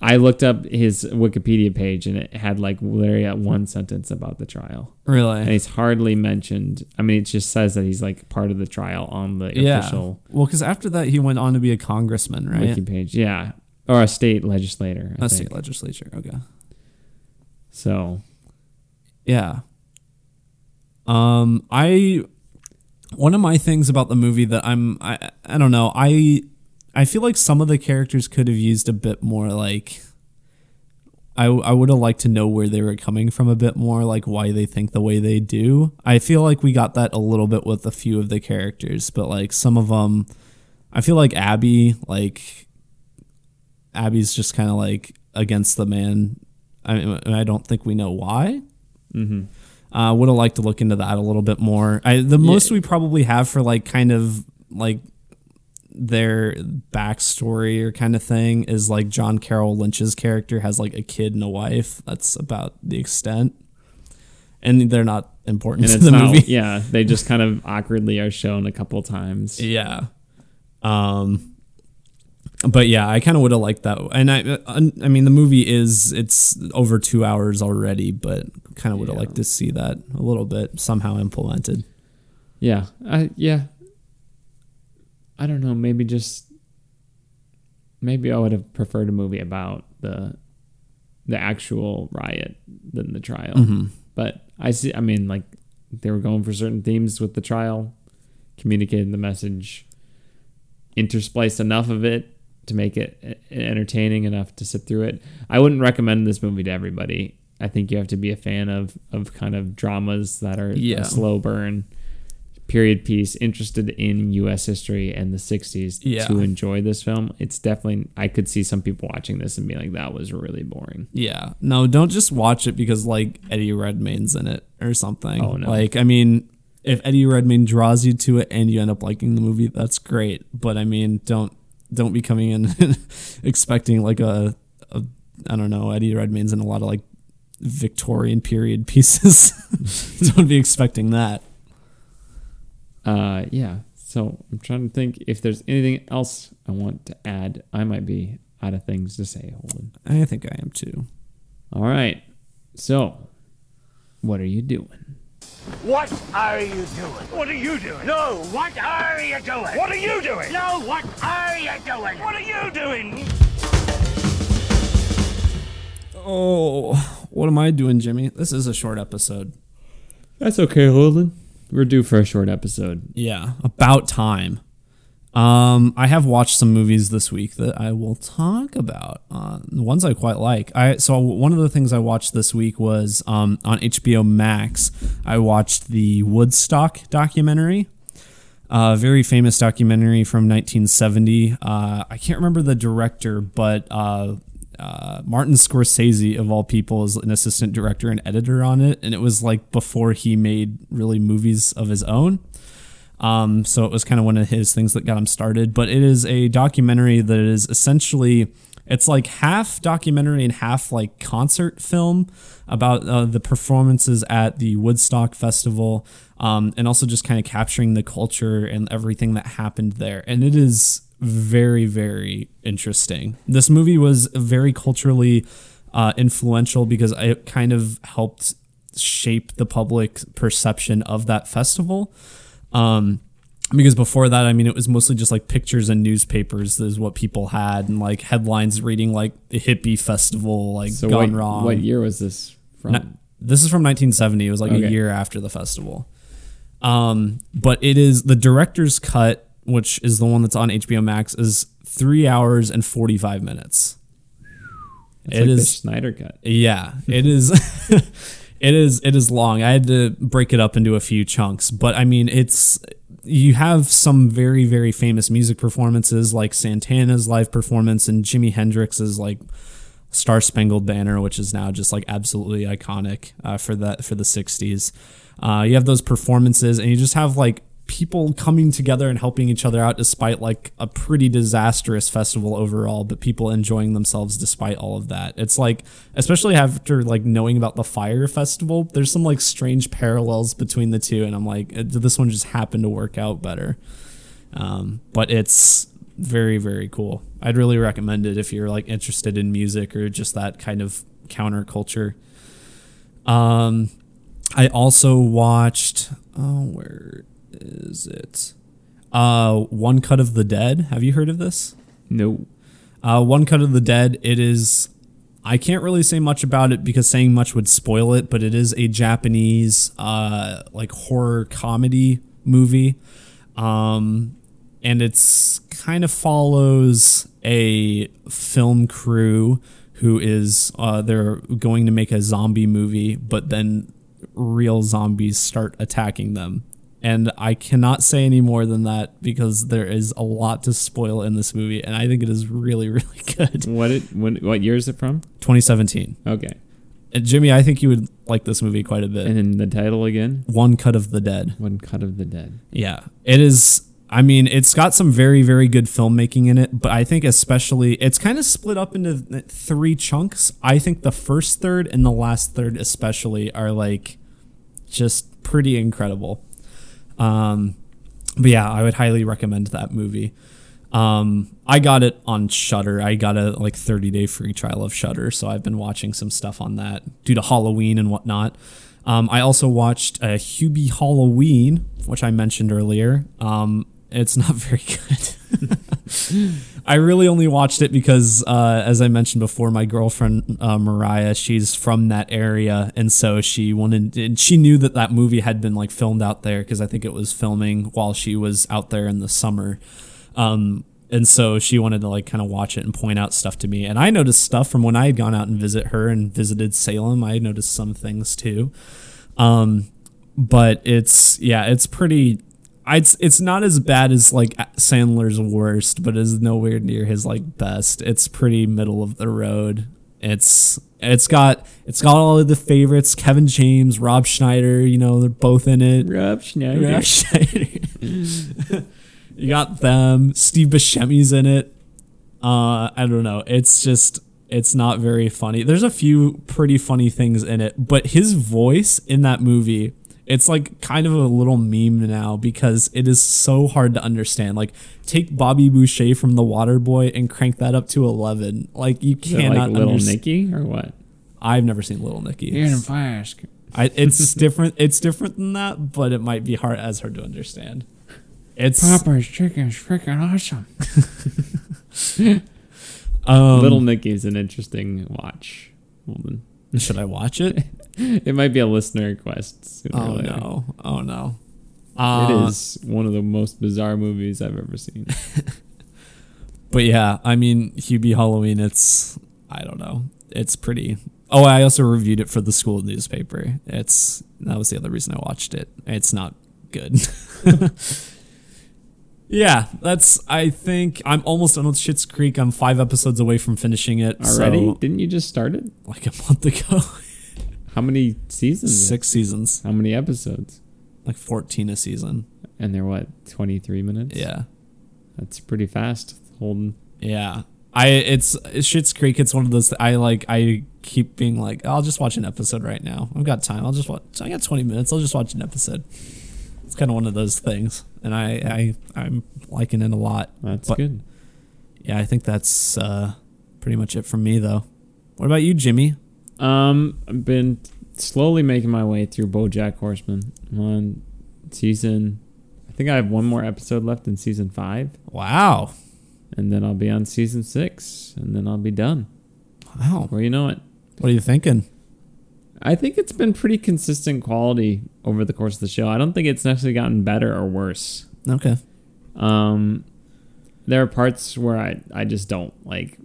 [SPEAKER 1] I looked up his Wikipedia page and it had like literally at one sentence about the trial, and
[SPEAKER 2] really?
[SPEAKER 1] he's hardly mentioned. I mean, it just says that he's like part of the trial on the
[SPEAKER 2] Yeah.
[SPEAKER 1] official
[SPEAKER 2] Well, because after that, he went on to be a congressman, right?
[SPEAKER 1] wiki page, yeah, or a state legislator. I
[SPEAKER 2] A
[SPEAKER 1] think.
[SPEAKER 2] state legislature. Okay.
[SPEAKER 1] So
[SPEAKER 2] Yeah. Um, I one of my things about the movie that I'm I I don't know I I feel like some of the characters could have used a bit more like I I would have liked to know where they were coming from a bit more like why they think the way they do. I feel like we got that a little bit with a few of the characters, but like some of them, I feel like Abby like Abby's just kind of like against the man. I mean, I don't think we know why. Mm-hmm. Uh, would have liked to look into that a little bit more. I, the most we probably have for like kind of like their backstory or kind of thing is like John Carroll Lynch's character has like a kid and a wife. That's about the extent. And they're not important
[SPEAKER 1] and
[SPEAKER 2] to
[SPEAKER 1] it's
[SPEAKER 2] the
[SPEAKER 1] not,
[SPEAKER 2] movie.
[SPEAKER 1] yeah, they just kind of awkwardly are shown a couple times.
[SPEAKER 2] Yeah. Um but yeah, I kind of would have liked that. And I, uh, I I mean, the movie is it's over two hours already, but kind of would have
[SPEAKER 1] Yeah.
[SPEAKER 2] liked to see that a little bit somehow implemented.
[SPEAKER 1] Yeah, I yeah. I don't know. Maybe just maybe I would have preferred a movie about the the actual riot than the trial.
[SPEAKER 2] Mm-hmm.
[SPEAKER 1] But I see. I mean, like they were going for certain themes with the trial, communicated the message, interspliced enough of it to make it e- entertaining enough to sit through it. I wouldn't recommend this movie to everybody. I think you have to be a fan of of kind of dramas that are
[SPEAKER 2] Yeah.
[SPEAKER 1] a slow burn, period piece, interested in U.S. history and the '60s
[SPEAKER 2] Yeah.
[SPEAKER 1] to enjoy this film. It's definitely I could see some people watching this and be like, "That was really boring."
[SPEAKER 2] Yeah. No, don't just watch it because like Eddie Redmayne's in it or something.
[SPEAKER 1] Oh, no.
[SPEAKER 2] Like I mean, if Eddie Redmayne draws you to it and you end up liking the movie, that's great. But I mean, don't don't be coming in and expecting like a, a I don't know, Eddie Redmayne's in a lot of like Victorian period pieces. don't be expecting that.
[SPEAKER 1] Uh, yeah. So I'm trying to think if there's anything else I want to add. I might be out of things to say. Holden.
[SPEAKER 2] I think I am too.
[SPEAKER 1] All right. So, what are you doing?
[SPEAKER 3] What are you doing? What are you doing? No, what are you doing? What are you doing? No, what are you doing? What are you doing?
[SPEAKER 2] Oh, what am I doing, Jimmy? This is a short episode.
[SPEAKER 1] That's okay, Holden. We're due for a short episode.
[SPEAKER 2] Yeah, about time. Um, I have watched some movies this week that I will talk about. Uh, the ones I quite like. I so one of the things I watched this week was um, on HBO Max. I watched the Woodstock documentary. A very famous documentary from 1970. Uh, I can't remember the director, but uh, uh, Martin Scorsese, of all people, is an assistant director and editor on it. And it was like before he made really movies of his own. Um, so it was kind of one of his things that got him started. But it is a documentary that is essentially it's like half documentary and half like concert film about uh, the performances at the Woodstock Festival, um, and also just kind of capturing the culture and everything that happened there. And it is very very interesting. This movie was very culturally uh, influential because it kind of helped shape the public perception of that festival um because before that i mean it was mostly just like pictures and newspapers is what people had and like headlines reading like the hippie festival like
[SPEAKER 1] So what,
[SPEAKER 2] gone wrong
[SPEAKER 1] what year was this from?
[SPEAKER 2] Ni- this is from 1970 it was like a
[SPEAKER 1] Okay.
[SPEAKER 2] year after the festival um but it is the director's cut which is the one that's on hbo max is three hours and 45 minutes
[SPEAKER 1] it's
[SPEAKER 2] It
[SPEAKER 1] like the
[SPEAKER 2] is-
[SPEAKER 1] Snyder cut.
[SPEAKER 2] yeah, it is. it is. It is long. I had to break it up into a few chunks, but I mean, it's you have some very very famous music performances like Santana's live performance and Jimi Hendrix's like Star Spangled Banner, which is now just like absolutely iconic uh, for that for the '60s. Uh, you have those performances, and you just have like people coming together and helping each other out despite like a pretty disastrous festival overall but people enjoying themselves despite all of that it's like especially after like knowing about the fire festival there's some like strange parallels between the two and i'm like eh, this one just happened to work out better um, but it's very very cool i'd really recommend it if you're like interested in music or just that kind of counterculture um i also watched oh where is it uh one cut of the dead have you heard of this
[SPEAKER 1] No.
[SPEAKER 2] uh, One Cut of the Dead. It is. I can't really say much about it because saying much would spoil it, but it is a Japanese uh, like horror comedy movie, um, and it's kind of follows a film crew who is uh, they're going to make a zombie movie, but then real zombies start attacking them. And I cannot say any more than that because there is a lot to spoil in this movie, and I think it is really, really good.
[SPEAKER 1] What it? When, what year is it from?
[SPEAKER 2] 2017.
[SPEAKER 1] Okay.
[SPEAKER 2] And Jimmy, I think you would like this movie quite a bit.
[SPEAKER 1] And then the title again.
[SPEAKER 2] One Cut of the Dead.
[SPEAKER 1] One cut of the dead.
[SPEAKER 2] Yeah. It is I mean, it's got some very very good filmmaking in it, but I think especially it's kind of split up into th- three chunks. I think the first third and the last third especially are like just pretty incredible. Um but yeah, I would highly recommend that movie. Um, I got it on Shutter. I got a like 30 day free trial of Shutter, so I've been watching some stuff on that due to Halloween and whatnot. Um, I also watched uh, Hubie Halloween, which I mentioned earlier. Um, it's not very good. I really only watched it because, uh, as I mentioned before, my girlfriend uh, Mariah, she's from that area, and so she wanted. And she knew that that movie had been like filmed out there because I think it was filming while she was out there in the summer. Um, and so she wanted to like kind of watch it and point out stuff to me. And I noticed stuff from when I had gone out and visit her and visited Salem. I noticed some things too. Um, but it's yeah, it's pretty. It's it's not as bad as like Sandler's worst, but is nowhere near his like best. It's pretty middle of the road. It's it's got it's got all of the favorites: Kevin James, Rob Schneider. You know they're both in it.
[SPEAKER 1] Rob Schneider.
[SPEAKER 2] Rob Schneider. you got them. Steve Buscemi's in it. Uh, I don't know. It's just it's not very funny. There's a few pretty funny things in it, but his voice in that movie, it's like kind of a little meme now because it is so hard to understand. Like take Bobby Boucher from The Waterboy and crank that up to eleven. Like you
[SPEAKER 1] Is it
[SPEAKER 2] cannot
[SPEAKER 1] like Little
[SPEAKER 2] understand.
[SPEAKER 1] Nicky or what?
[SPEAKER 2] I've never seen Little Nicky.
[SPEAKER 1] fire.
[SPEAKER 2] I, it's different. It's different than that, but it might be hard as hard to understand. It's
[SPEAKER 1] chicken's freaking awesome.
[SPEAKER 2] um,
[SPEAKER 1] Little Nicky's an interesting watch. Hold on.
[SPEAKER 2] should I watch it?
[SPEAKER 1] It might be a listener request. Sooner or
[SPEAKER 2] Oh
[SPEAKER 1] later.
[SPEAKER 2] no! Oh no!
[SPEAKER 1] It
[SPEAKER 2] Uh,
[SPEAKER 1] is one of the most bizarre movies I've ever seen.
[SPEAKER 2] But yeah, I mean, Hubie Halloween. It's I don't know. It's pretty. Oh, I also reviewed it for the school newspaper. It's that was the other reason I watched it. It's not good. yeah, that's. I think I'm almost done with Schitt's Creek. I'm five episodes away from finishing it so-
[SPEAKER 1] Already? Didn't you just start it?
[SPEAKER 2] like a month ago.
[SPEAKER 1] How many seasons? is it?
[SPEAKER 2] Six seasons,
[SPEAKER 1] How many episodes?
[SPEAKER 2] like 14 a season.
[SPEAKER 1] And they're what, 23 minutes?
[SPEAKER 2] Yeah.
[SPEAKER 1] That's pretty fast, Holden.
[SPEAKER 2] Yeah. I it's Shit's Creek. It's one of those I like. I keep being like, I'll just watch an episode right now. I've got time. I'll just watch. I got twenty minutes. I'll just watch an episode. It's kind of one of those things, and I I I'm liking it a lot.
[SPEAKER 1] That's
[SPEAKER 2] But-
[SPEAKER 1] good.
[SPEAKER 2] Yeah, I think that's uh, pretty much it from me though. What about you, Jimmy?
[SPEAKER 1] Um, I've been slowly making my way through BoJack Horseman. I'm on season, I think I have one more episode left in season five,
[SPEAKER 2] Wow,
[SPEAKER 1] and then I'll be on season six, and then I'll be done.
[SPEAKER 2] wow.
[SPEAKER 1] Well, you know it.
[SPEAKER 2] What are you thinking?
[SPEAKER 1] I think it's been pretty consistent quality over the course of the show. I don't think it's necessarily gotten better or worse.
[SPEAKER 2] Okay.
[SPEAKER 1] Um, there are parts where I, I just don't like.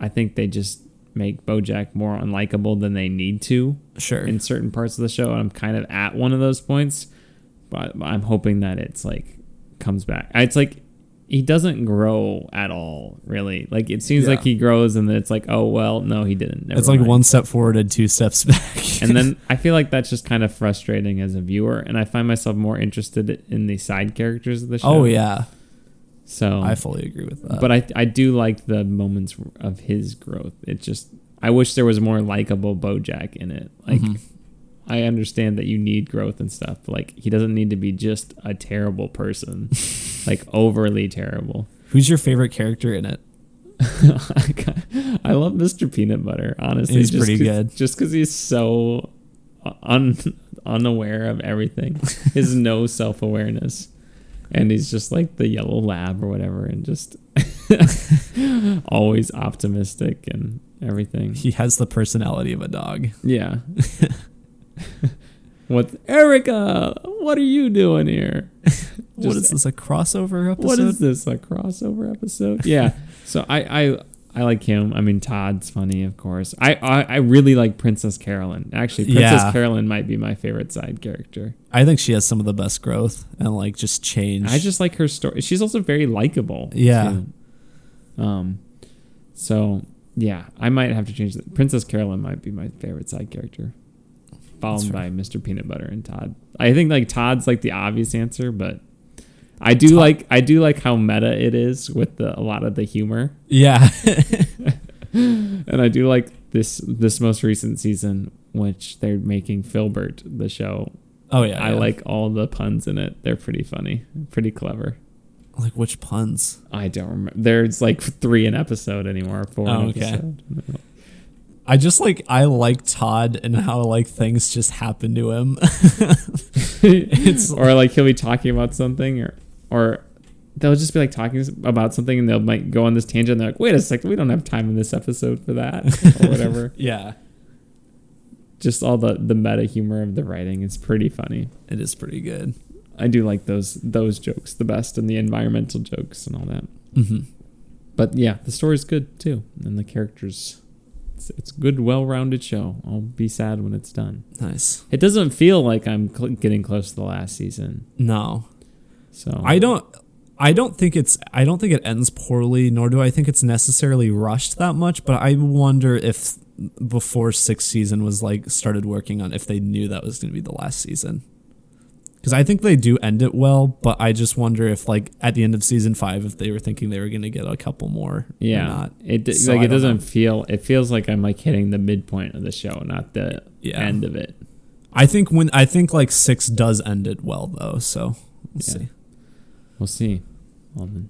[SPEAKER 1] I think they just make BoJack more unlikable than they need to
[SPEAKER 2] Sure.
[SPEAKER 1] in certain parts of the show. And I'm kind of at one of those points, but I'm hoping that it's like comes back. It's like he doesn't grow at all, really. Like it seems
[SPEAKER 2] Yeah.
[SPEAKER 1] like he grows, and then it's like, oh well, no, he didn't. Never
[SPEAKER 2] it's like
[SPEAKER 1] mind.
[SPEAKER 2] one step forward and two steps back.
[SPEAKER 1] and then I feel like that's just kind of frustrating as a viewer, and I find myself more interested in the side characters of the show.
[SPEAKER 2] oh yeah,
[SPEAKER 1] so
[SPEAKER 2] I uh, fully agree with that.
[SPEAKER 1] but I I do like the moments of his growth. It just I wish there was more likable BoJack in it. Like
[SPEAKER 2] Mm-hmm.
[SPEAKER 1] I understand that you need growth and stuff. But like he doesn't need to be just a terrible person, like overly terrible.
[SPEAKER 2] who's your favorite character in it?
[SPEAKER 1] I love Mr. Peanut Butter. Honestly,
[SPEAKER 2] He's
[SPEAKER 1] just
[SPEAKER 2] pretty
[SPEAKER 1] 'cause-
[SPEAKER 2] good.
[SPEAKER 1] Just because he's so un unaware of everything, his no self awareness, and he's just like the yellow lab or whatever, and just always optimistic and everything.
[SPEAKER 2] He has the personality of a dog.
[SPEAKER 1] Yeah. what Erica? What are you doing here?
[SPEAKER 2] what
[SPEAKER 1] Just-
[SPEAKER 2] is this? A crossover episode?
[SPEAKER 1] what is this a crossover episode yeah so i i i like him i mean todd's funny of course i i, I really like princess carolyn actually princess
[SPEAKER 2] Yeah.
[SPEAKER 1] carolyn might be my favorite side character
[SPEAKER 2] I think she has some of the best growth and like just change.
[SPEAKER 1] i just like her story she's also very likable
[SPEAKER 2] Yeah.
[SPEAKER 1] too. um so yeah i might have to change that princess carolyn might be my favorite side character followed
[SPEAKER 2] That's
[SPEAKER 1] by
[SPEAKER 2] right.
[SPEAKER 1] mr peanut butter and todd i think like todd's like the obvious answer but I do like I do like how meta it is with the, a lot of the humor.
[SPEAKER 2] yeah,
[SPEAKER 1] And I do like this this most recent season, which they're making Filbert the show.
[SPEAKER 2] oh yeah,
[SPEAKER 1] I
[SPEAKER 2] yeah.
[SPEAKER 1] like all the puns in it. They're pretty funny, pretty clever.
[SPEAKER 2] Like which puns?
[SPEAKER 1] I don't remember. There's like three an episode anymore. Four an
[SPEAKER 2] Oh, okay.
[SPEAKER 1] episode.
[SPEAKER 2] I just like I like Todd and how like things just happen to him.
[SPEAKER 1] or like he'll be talking about something, or or they'll just be like talking about something, and they'll like go on this tangent. And they're like, "Wait a second, we don't have time in this episode for that," or whatever.
[SPEAKER 2] yeah,
[SPEAKER 1] just all the the meta humor of the writing is pretty funny.
[SPEAKER 2] it is pretty good.
[SPEAKER 1] I do like those those jokes the best, and the environmental jokes and all that.
[SPEAKER 2] hmm
[SPEAKER 1] But yeah, the story's good too, and the characters. It's, it's a good, well-rounded show. I'll be sad when it's done.
[SPEAKER 2] Nice.
[SPEAKER 1] It doesn't feel like I'm cl- getting close to the last season.
[SPEAKER 2] No,
[SPEAKER 1] So
[SPEAKER 2] I don't. I don't think it's. I don't think it ends poorly, nor do I think it's necessarily rushed that much. But I wonder if before sixth season was like started working on if they knew that was going to be the last season. Because I think they do end it well, but I just wonder if like at the end of season five, if they were thinking they were going to get a couple more.
[SPEAKER 1] Yeah,
[SPEAKER 2] or not.
[SPEAKER 1] it d-
[SPEAKER 2] So
[SPEAKER 1] like
[SPEAKER 2] I
[SPEAKER 1] it
[SPEAKER 2] don't
[SPEAKER 1] doesn't
[SPEAKER 2] know.
[SPEAKER 1] feel. It feels like I'm like hitting the midpoint of the show, not the
[SPEAKER 2] Yeah.
[SPEAKER 1] end of it.
[SPEAKER 2] I think when I think like six does end it well though, so we'll
[SPEAKER 1] Yeah.
[SPEAKER 2] see.
[SPEAKER 1] We'll see. Um,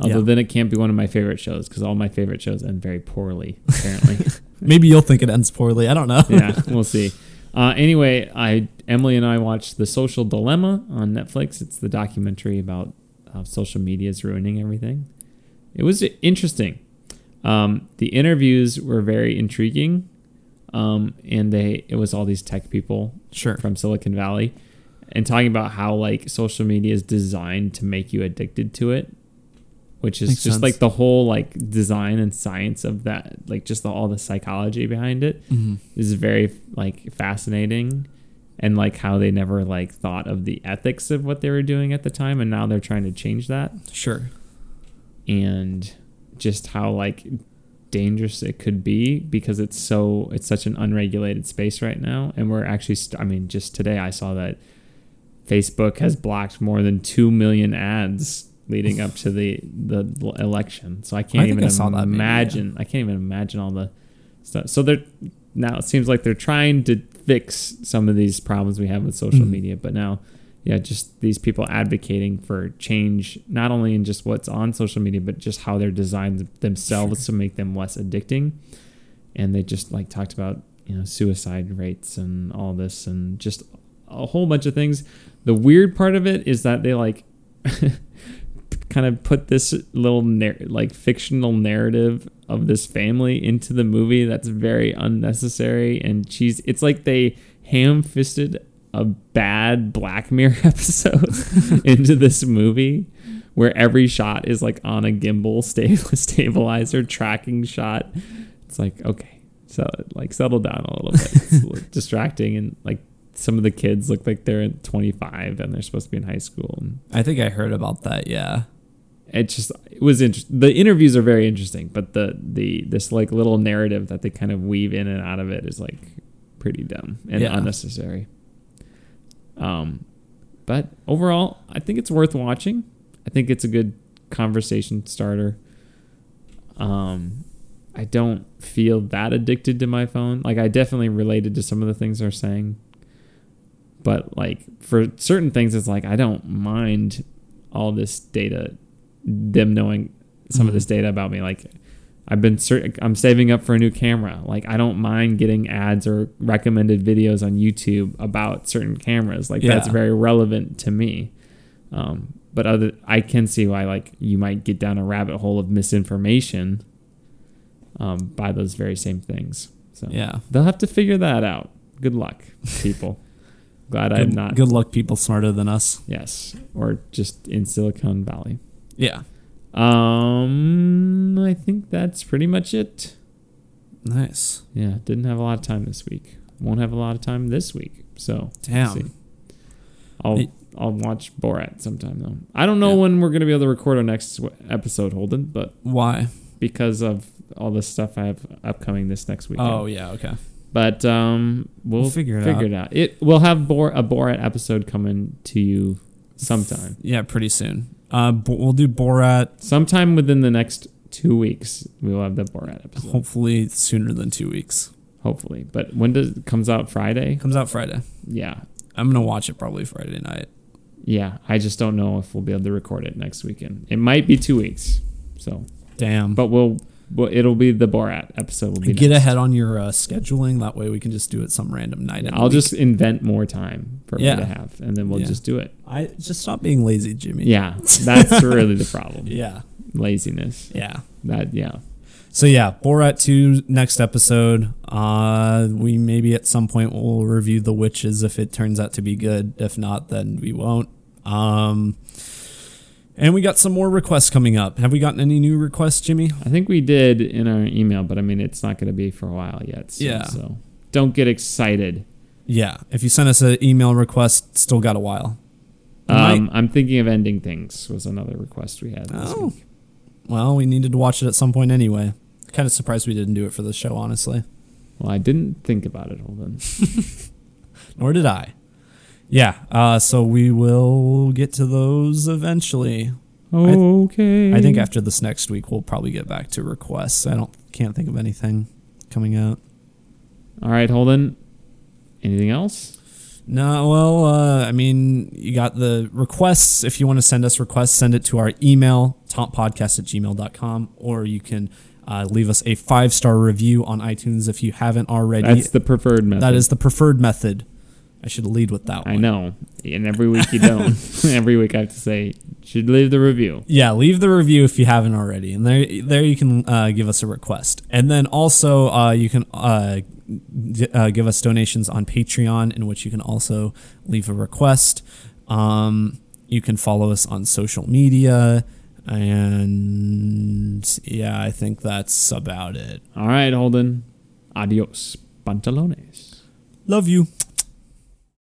[SPEAKER 1] although
[SPEAKER 2] Yeah.
[SPEAKER 1] then it can't be one of my favorite shows because all my favorite shows end very poorly. Apparently,
[SPEAKER 2] Maybe you'll think it ends poorly. I don't know.
[SPEAKER 1] yeah, we'll see. Uh, anyway, I Emily and I watched The Social Dilemma on Netflix. It's the documentary about how social media is ruining everything. It was interesting. Um, the interviews were very intriguing, um, and they it was all these tech people
[SPEAKER 2] Sure.
[SPEAKER 1] from Silicon Valley and talking about how like social media is designed to make you addicted to it, which is
[SPEAKER 2] Makes
[SPEAKER 1] just
[SPEAKER 2] sense.
[SPEAKER 1] like the whole like design and science of that, like just the, all the psychology behind it is
[SPEAKER 2] Mm-hmm.
[SPEAKER 1] very like fascinating. And like how they never like thought of the ethics of what they were doing at the time, and now they're trying to change that
[SPEAKER 2] Sure.
[SPEAKER 1] and just how like dangerous it could be because it's so it's such an unregulated space right now and we're actually st- I mean just today I saw that Facebook has blocked more than 2 million ads leading up to the the l- election so I can't
[SPEAKER 2] think
[SPEAKER 1] even
[SPEAKER 2] I saw that maybe, yeah.
[SPEAKER 1] imagine I can't even imagine all the stuff so they're now it seems like they're trying to fix some of these problems we have with social media but now yeah just these people advocating for change not only in just what's on social media but just how they're designed themselves to make them less addicting and they just like talked about you know suicide rates and all this and just a whole bunch of things the weird part of it is that they like kind of put this little nar- like fictional narrative of this family into the movie that's very unnecessary and cheesy. It's like they ham-fisted a bad Black Mirror episode into this movie where every shot is like on a gimbal sta- stabilizer tracking shot. It's like okay, so like settle down a little bit. It's a little distracting and like some of the kids look like they're 25 and they're supposed to be in high school and
[SPEAKER 2] I think I heard about that. Yeah.
[SPEAKER 1] it just it was interesting. The interviews are very interesting, but the the this like little narrative that they kind of weave in and out of it is like pretty dumb and
[SPEAKER 2] Yeah.
[SPEAKER 1] unnecessary. Um, but overall, I think it's worth watching. I think it's a good conversation starter. Um, I don't feel that addicted to my phone. Like I definitely related to some of the things they're saying, but like for certain things, it's like I don't mind all this data, them knowing some of this data about me. Like I've been, cer- I'm saving up for a new camera. Like I don't mind getting ads or recommended videos on YouTube about certain cameras. Like that's
[SPEAKER 2] Yeah.
[SPEAKER 1] very relevant to me. Um, but other, I can see why like you might get down a rabbit hole of misinformation um, by those very same things. So
[SPEAKER 2] Yeah.
[SPEAKER 1] they'll have to figure that out. Good luck, people. Glad I'm
[SPEAKER 2] Good,
[SPEAKER 1] not.
[SPEAKER 2] good luck, people smarter than us.
[SPEAKER 1] Yes, or just in Silicon Valley.
[SPEAKER 2] Yeah.
[SPEAKER 1] Um, I think that's pretty much it.
[SPEAKER 2] Nice.
[SPEAKER 1] Yeah, didn't have a lot of time this week. Won't have a lot of time this week. So
[SPEAKER 2] Damn.
[SPEAKER 1] see. I'll
[SPEAKER 2] It-
[SPEAKER 1] I'll watch Borat sometime though. I don't know
[SPEAKER 2] Yeah.
[SPEAKER 1] when we're gonna be able to record our next w- episode, Holden, but
[SPEAKER 2] Why?
[SPEAKER 1] because of all the stuff I have upcoming this next weekend.
[SPEAKER 2] Oh yeah. Okay.
[SPEAKER 1] But um, we'll,
[SPEAKER 2] We'll
[SPEAKER 1] figure
[SPEAKER 2] figure
[SPEAKER 1] it
[SPEAKER 2] it
[SPEAKER 1] figure
[SPEAKER 2] out.
[SPEAKER 1] it out. It we'll have Bor- a Borat episode coming to you sometime,
[SPEAKER 2] Yeah. Pretty soon. Uh, bo- we'll do Borat.
[SPEAKER 1] sometime within the next two weeks. We will have the Borat episode,
[SPEAKER 2] Hopefully sooner than two weeks.
[SPEAKER 1] hopefully. But when does it comes out Friday?
[SPEAKER 2] Comes out Friday.
[SPEAKER 1] Yeah,
[SPEAKER 2] I'm gonna watch it probably Friday night.
[SPEAKER 1] yeah, I just don't know if we'll be able to record it next weekend. It might be two weeks, so
[SPEAKER 2] Damn.
[SPEAKER 1] but we'll, we'll it'll be the Borat episode. Will be
[SPEAKER 2] get
[SPEAKER 1] next.
[SPEAKER 2] ahead on your uh, scheduling. That way we can just do it some random night. in the
[SPEAKER 1] I'll
[SPEAKER 2] week.
[SPEAKER 1] just invent more time for
[SPEAKER 2] Yeah.
[SPEAKER 1] me to have, and then we'll
[SPEAKER 2] Yeah.
[SPEAKER 1] just do it.
[SPEAKER 2] I just stop being lazy, Jimmy.
[SPEAKER 1] Yeah, that's really the problem.
[SPEAKER 2] Yeah.
[SPEAKER 1] Laziness.
[SPEAKER 2] Yeah.
[SPEAKER 1] That yeah.
[SPEAKER 2] So yeah, Borat 2 next episode. Uh we maybe at some point will review The Witches if it turns out to be good. If not, then we won't. Um and we got some more requests coming up. Have we gotten any new requests, Jimmy?
[SPEAKER 1] I think we did in our email, but I mean, it's not going to be for a while yet. So,
[SPEAKER 2] Yeah.
[SPEAKER 1] So don't get excited.
[SPEAKER 2] Yeah. If you sent us an email request, still got a while.
[SPEAKER 1] Um,
[SPEAKER 2] Might-
[SPEAKER 1] I'm thinking of ending things was another request we had. This
[SPEAKER 2] Oh.
[SPEAKER 1] week.
[SPEAKER 2] Well, we needed to watch it at some point anyway. Kind of surprised we didn't do it for the show, honestly.
[SPEAKER 1] Well, I didn't think about it. Hold on.
[SPEAKER 2] Nor did I. Yeah. Uh so we will get to those eventually.
[SPEAKER 1] Okay.
[SPEAKER 2] I think after this next week, we'll probably get back to requests. I don't can't think of anything coming out.
[SPEAKER 1] All right, Holden. Anything else?
[SPEAKER 2] No, well, uh, I mean, you got the requests. If you want to send us requests, send it to our email, tompodcast at gmail.com, or you can uh, leave us a five star review on iTunes if you haven't already.
[SPEAKER 1] That's the preferred method.
[SPEAKER 2] that is the preferred method. I should lead with that
[SPEAKER 1] I
[SPEAKER 2] one.
[SPEAKER 1] know. And every week you don't. every week I have to say, should leave the review.
[SPEAKER 2] Yeah, leave the review if you haven't already, and there there you can uh, give us a request, and then also uh, you can uh, d- uh, give us donations on Patreon, in which you can also leave a request. Um, you can follow us on social media, and yeah, I think that's about it.
[SPEAKER 1] All right, Holden. Adios, pantalones.
[SPEAKER 2] Love you.